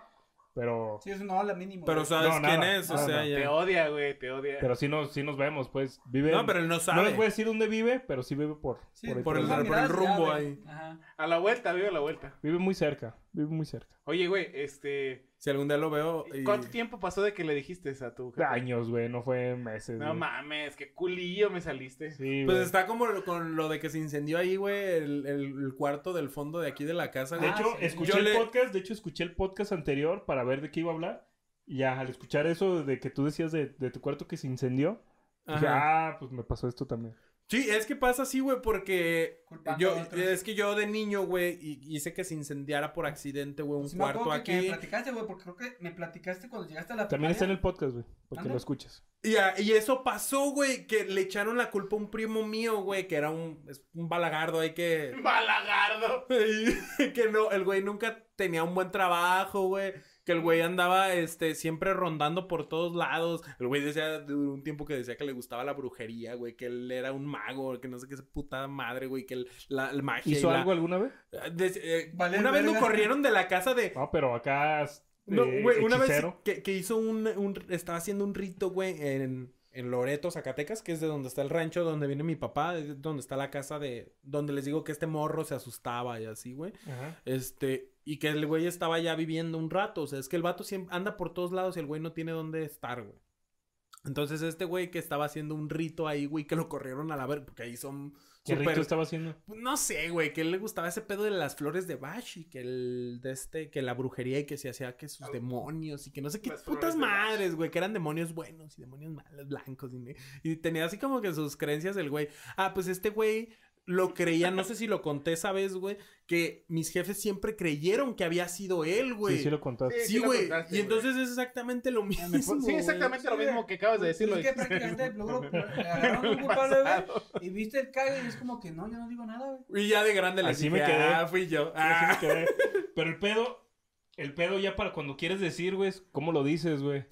S2: pero...
S4: Sí, es una ola mínimo.
S1: Pero
S4: güey.
S1: sabes
S2: No, nada.
S1: quién es, o
S2: No,
S1: sea,
S2: no.
S3: Te
S1: ya.
S3: odia, güey, te odia.
S2: Pero sí nos, sí nos vemos, pues. Vive...
S1: No, pero él no
S2: No pues- les
S1: sabe.
S2: voy a decir dónde vive, pero sí vive por...
S4: Sí,
S2: ahí,
S1: por el-
S4: esas
S1: por el
S4: miradas ya,
S1: rumbo
S4: güey.
S1: ahí.
S4: Ajá.
S3: A la vuelta, vive a la vuelta.
S2: Vive muy cerca, vive muy cerca.
S3: Oye, güey, este...
S1: Si algún día lo veo. y-
S3: ¿Cuánto tiempo pasó de que le dijiste a tu jefe?
S2: Años, güey, no fue meses.
S3: No
S2: güey.
S3: mames, qué culillo me saliste.
S2: Sí,
S1: Pues
S2: güey.
S1: está como lo- con lo de que se incendió ahí, güey, el, el- el cuarto del fondo de aquí de la casa,
S2: De
S1: güey.
S4: Ah,
S2: hecho,
S4: sí.
S2: escuché
S1: Yo
S2: el
S1: le-
S2: podcast, de hecho, escuché el podcast anterior para ver de qué iba a hablar. Y ya, al escuchar eso de que tú decías de, de tu cuarto que se incendió, dije,
S1: Ajá.
S2: ah, pues me pasó esto también.
S1: Sí, es que pasa así, güey, porque
S4: Culpando
S1: yo,
S4: a otros.
S1: es que yo de niño, güey, y- hice que se incendiara por accidente, güey, un
S4: Pues Sí me acuerdo
S1: cuarto
S4: que- que
S1: aquí.
S4: me platicaste, güey, porque creo que me platicaste cuando llegaste a la
S3: Ah,
S2: También está en
S4: primaria.
S2: el podcast, güey, porque
S4: Anda.
S2: lo escuchas.
S1: Y, a- y eso pasó, güey, que le echaron la culpa a un primo mío, güey, que era un, es un balagardo ahí que...
S3: ¡Balagardo!
S1: Y que no, el güey nunca tenía un buen trabajo, güey. Que el güey andaba, este, siempre rondando por todos lados. El güey decía, duró un tiempo que decía que le gustaba la brujería, güey. Que él era un mago, que no sé qué puta madre, güey. Que el, la el magia. y
S2: ¿Hizo
S1: la-
S2: algo alguna vez?
S1: Eh, des- eh,
S4: Valer
S1: una vez lo
S4: verga.
S1: corrieron de la casa de...
S2: No, pero acá. eh,
S1: No, güey, una vez
S2: Ah, hechicero.
S1: que, que hizo un, un- Estaba haciendo un rito, güey, en, en Loreto, Zacatecas, que es de donde está el rancho, donde viene mi papá, es donde está la casa de... Donde les digo que este morro se asustaba y así, güey.
S2: Ajá.
S1: Este, y que el güey estaba ya viviendo un rato. O sea, es que el vato siempre anda por todos lados y el güey no tiene dónde estar, güey. Entonces, este güey que estaba haciendo un rito ahí, güey, que lo corrieron a la verga, porque ahí son
S2: ¿Qué
S1: súper-
S2: rito estaba haciendo?
S1: pues, No sé, güey, que le gustaba ese pedo de las flores de Bash y que el de este, que la brujería y que se hacía que sus demonios y que no sé qué
S3: Ah, Las flores
S1: putas
S3: de Bach.
S1: madres, güey, que eran demonios buenos y demonios malos, blancos y, ne- y tenía así como que sus creencias el güey. Ah, pues este güey lo creía, no sé si lo conté esa vez, güey, que mis jefes siempre creyeron que había sido él, güey.
S2: Sí, sí lo contaste.
S1: Sí,
S3: Sí, sí lo
S1: güey.
S3: contaste,
S1: y
S3: güey. Ah,
S1: entonces es exactamente lo mismo.
S3: Sí, exactamente lo
S4: Sí,
S3: mismo que acabas de
S4: Pues
S3: decirlo.
S4: Es que prácticamente luego le agarraron un culpable, güey. Y viste el cague y es como que no, yo no digo nada, güey.
S1: Y ya de grande les
S2: Así
S1: dije,
S2: me quedé.
S1: ah, fui yo. Ah.
S2: Así me quedé. Pero el pedo, el pedo ya para cuando quieres decir, güey, es ¿cómo lo dices, güey?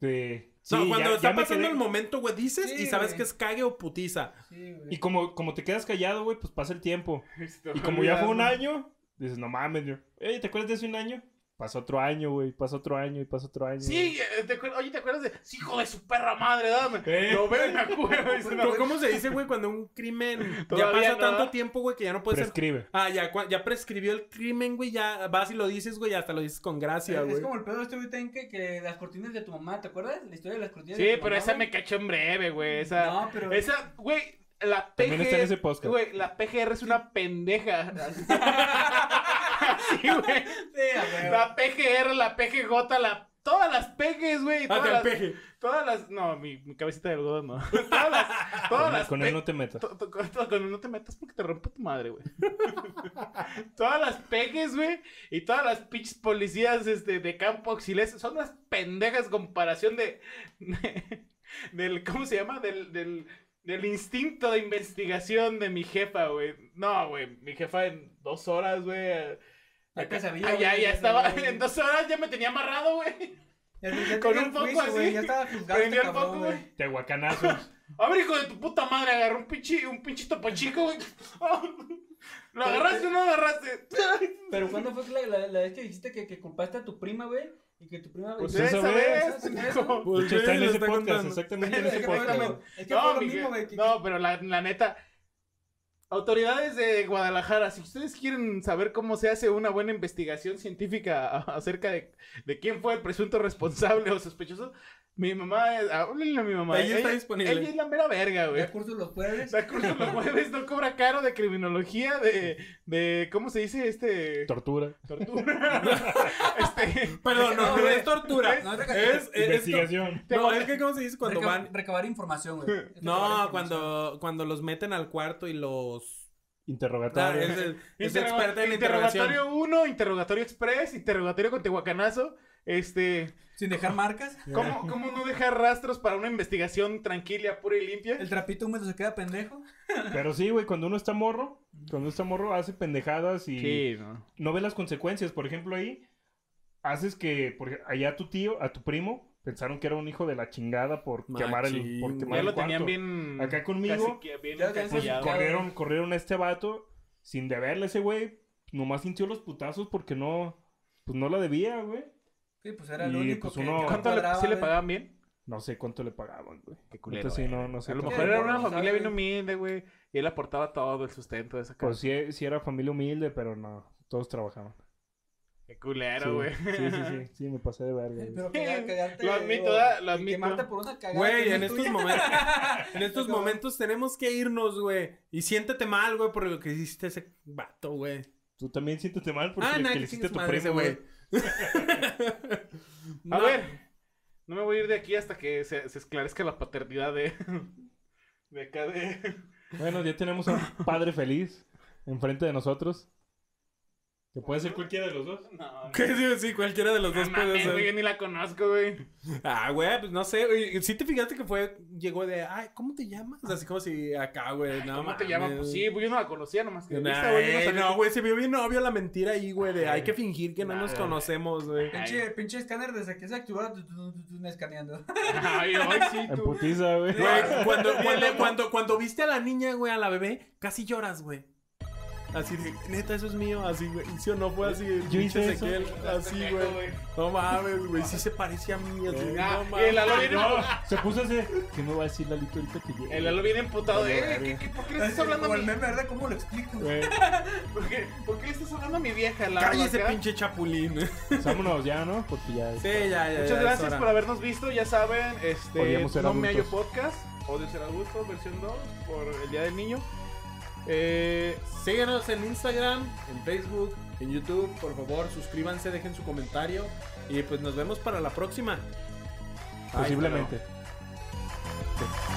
S2: De-
S1: No,
S2: sí,
S1: cuando
S2: ya-
S1: está
S2: ya me
S1: pasando
S2: quedé-
S1: el momento, güey, dices
S4: Sí,
S1: y sabes
S4: güey.
S1: que es cague o putiza.
S4: Sí, güey.
S2: Y como, como te quedas callado, güey, pues pasa el tiempo. Y
S3: Y
S2: como ya fue un año, dices, no mames, yo. Ey, ¿te acuerdas de hace un año? Pasó otro año, güey, pasó otro año y pasó otro año.
S3: Sí, eh, te acuer- oye, ¿te acuerdas de. "Sí, hijo de su perra madre, dame!
S2: Eh.
S3: Lo veo y me acuerdo. y se me-
S1: ¿Cómo, cómo se dice, güey, cuando un crimen ya
S3: Todavía
S1: pasa
S3: no.
S1: tanto tiempo, güey, que ya no puede ser...
S2: Prescribe.
S1: Ah, ya, cua- ya prescribió el crimen, güey, ya vas y lo dices, güey, hasta lo dices con gracia,
S4: es
S1: güey.
S4: como el pedo de este güey ten que, que las cortinas de tu mamá, ¿te acuerdas? La historia de las cortinas de
S3: Sí,
S4: tu
S3: pero
S4: mamá,
S3: esa
S4: güey.
S3: me cachó en breve, güey. Esa.
S4: No, pero.
S3: Esa, güey, la PGR.
S2: También está en ese podcast.
S3: Güey, la PGR es una pendeja. Así, güey.
S4: Sí, a huevo.
S3: La PGR, la PGJ, la. Todas las pejes, güey.
S1: Ah,
S3: Todas,
S1: que
S3: las-
S1: peje.
S3: todas las. No, mi, mi cabecita de algodón no. Todas las. Todas
S2: Con,
S3: las.
S2: con
S3: pe-
S2: él no te metas.
S3: to- to- con- con él no te metas porque te rompo tu madre, güey. todas las pejes, güey. Y todas las pinches policías este, de campo auxiliares son unas pendejas comparación de. del. ¿Cómo se llama? Del. del del instinto de investigación de mi jefa, güey. No, güey. Mi jefa en dos horas, güey.
S4: Ya te sabía,
S3: Ah, ya,
S4: güey,
S3: ya
S4: ya
S3: estaba.
S4: sabía.
S3: En dos horas ya me tenía amarrado, güey.
S4: Ya- ya tenía
S3: con un
S4: el
S3: foco
S4: juicio, güey,
S3: así.
S4: Ya estaba juzgado.
S3: Prendí
S4: este
S3: el
S4: cabrón,
S3: foco, güey.
S2: Tehuacanazos.
S3: A ver, hijo de tu puta madre, agarró un pinche, un pinche topo chico, güey. ¿Lo agarraste o no lo agarraste?
S4: Pero ¿cuándo fue que la, la, la vez que dijiste que, que culpaste a tu prima, güey? Y que tu prima...
S2: Pues
S4: güey,
S2: eso,
S3: Esa
S2: güey.
S3: vez,
S4: ¿sabes?
S3: pendejo.
S2: De hecho, está en
S1: lo
S2: ese
S1: Pues, está
S2: podcast,
S1: contando.
S2: exactamente en
S4: Es
S2: ese
S4: que fue
S2: podcast.
S4: como- es que fue
S3: No,
S4: lo
S3: Miguel,
S4: mismo, güey. que-
S3: no, pero la, la neta. Autoridades de Guadalajara, si ustedes quieren saber cómo se hace una buena investigación científica a- acerca de, de quién fue el presunto responsable o sospechoso, mi mamá, es- háblenle a mi mamá.
S1: Ella está disponible.
S3: Ella es la mera verga, güey.
S4: Da curso los jueves.
S3: Da curso los jueves, no cobra caro de criminología, de, de ¿cómo se dice? Este...
S1: Eh,
S2: Tortura.
S3: Tortura. este...
S1: Perdón, no, no es tortura.
S4: No, reca-
S1: Es, es, es
S2: Investigación.
S1: no, es que ¿cómo se dice cuando
S4: reca-
S1: van?
S4: Recabar información, güey. Es recabar
S1: No,
S4: información.
S1: cuando, cuando los meten al cuarto y los... Ah,
S2: Interrogatorio.
S1: es el, es
S3: Interroga-
S1: experta en la interrogación.
S3: interrogatorio 1, interrogatorio express, interrogatorio con tehuacanazo. Este,
S4: Sin dejar marcas.
S3: ¿cómo, ¿cómo no dejar rastros para una investigación tranquila, pura y limpia?
S4: El trapito húmedo se queda pendejo.
S2: Pero sí, güey, cuando uno está morro, cuando uno está morro hace pendejadas y
S3: no.
S2: no ve las consecuencias. Por ejemplo, ahí haces que por ej- allá tu tío, a tu primo, pensaron que era un hijo de la chingada por quemar el,
S1: Machín,
S2: por
S1: güey.
S2: quemar
S3: Ya
S2: el
S3: lo
S2: cuarto.
S3: tenían bien.
S2: Acá conmigo,
S3: casi que bien
S4: Ya lo tenían
S3: encasillado.
S4: casi-
S2: corrieron, corrieron a este vato sin deberle ese güey. Nomás sintió los putazos porque no, pues no la debía, güey.
S4: Sí, pues era el
S2: Y,
S4: único
S2: pues,
S4: que,
S2: uno-
S4: que
S3: ¿Cuánto le,
S4: cuadraba, eh.
S3: sí le
S4: güey.
S3: pagaban bien?
S2: No sé cuánto le pagaban, güey.
S3: Qué culero,
S2: Neta, sí,
S3: güey.
S2: no, no sé.
S3: A lo
S2: cuánto.
S3: mejor era una
S4: ¿Sabe?
S3: familia bien humilde, güey. Y él aportaba todo el sustento de esa casa.
S2: Pues sí, sí era familia humilde, pero no, todos trabajaban.
S3: Qué culero,
S2: Sí,
S3: güey.
S2: Sí, sí, sí, sí, me pasé de verga.
S4: Eh,
S2: güey.
S4: Pero cagar- cagarte.
S3: Lo admito,
S4: o-
S3: da- lo
S4: y
S3: admito.
S4: Quemarte por una cagada.
S1: Güey,
S4: que no
S1: en
S4: es
S1: estos
S4: tuya.
S1: momentos... En estos
S4: Acabó.
S1: momentos tenemos que irnos, güey. Y siéntete mal, güey, por lo que hiciste a ese vato, güey.
S2: Tú también siéntete mal porque
S1: Ah,
S2: el
S1: nada,
S2: que
S1: que
S2: le hiciste a
S1: chingue su
S2: tu
S1: madre ese
S2: primo,
S1: güey.
S2: güey.
S1: No.
S3: A ver, no me voy a ir de aquí hasta que se, se esclarezca la paternidad de. De acá de.
S2: Bueno, ya tenemos a un padre feliz enfrente de nosotros. Que puede ser cualquiera de los dos.
S3: No,
S1: ¿Qué sí, sí, cualquiera de los dos
S3: No
S1: puede
S3: mames, güey, yo
S1: ser.
S3: ni la conozco, güey.
S1: Ah, güey, pues no sé. Si ¿Sí te fijaste que fue, llegó de, ay, ¿cómo te llamas? Así como si acá, güey, no
S3: ¿Cómo te
S1: mames.
S3: llaman? Pues sí, güey, yo no la conocía nomás que. de
S1: Nah,
S3: vista, güey, yo no
S1: eh,
S3: sabía
S1: no,
S3: que-
S1: güey, se vio bien obvio la mentira ahí, güey, de
S2: Ay,
S1: hay que fingir que no
S2: nah,
S1: nos
S2: güey.
S1: conocemos, güey.
S4: Pinche, pinche escáner desde que se activó, tú, tú, tú, tú, escaneando.
S3: Ay, ay, sí,
S2: En
S3: tú.
S2: putiza, güey.
S1: Güey, cuando, cuando, cuando, cuando viste a la niña, güey, a la bebé, casi lloras, güey. Así de, neta, eso es mío, así, güey. Sí o no, fue así, pinche
S2: hice eso.
S1: Ezequiel, así, güey. No mames, güey, sí se parece a mí, así,
S3: Ah,
S1: no
S3: y el Lalo
S1: mames.
S3: viene,
S2: No, se puso ese. ¿Qué me va a decir Lalito ahorita que llegue?
S3: el Lalo viene emputado. Eh, ¿qué, qué, ¿Por qué le estás hablando a
S4: Como el
S3: mi
S4: meme, ¿verdad? ¿Cómo lo explico?
S2: Güey,
S3: ¿Por qué, por qué le estás hablando a mi vieja, Lalo?
S1: Cállese,
S3: acá?
S1: pinche chapulín.
S2: pues vámonos ya, ¿no? Porque ya.
S1: Sí, ya, ya.
S3: Muchas gracias por habernos visto, ya saben, este
S2: Odiamos ser
S3: No Me Hallo
S2: Adultos.
S3: Podcast, Odio Ser Adulto, versión 2, por el Día del Niño. Eh,
S1: Síguenos en Instagram, en Facebook, en YouTube. Por favor, suscríbanse, dejen su comentario. Y pues nos vemos para la próxima.
S2: Posiblemente.
S1: Ay, pero-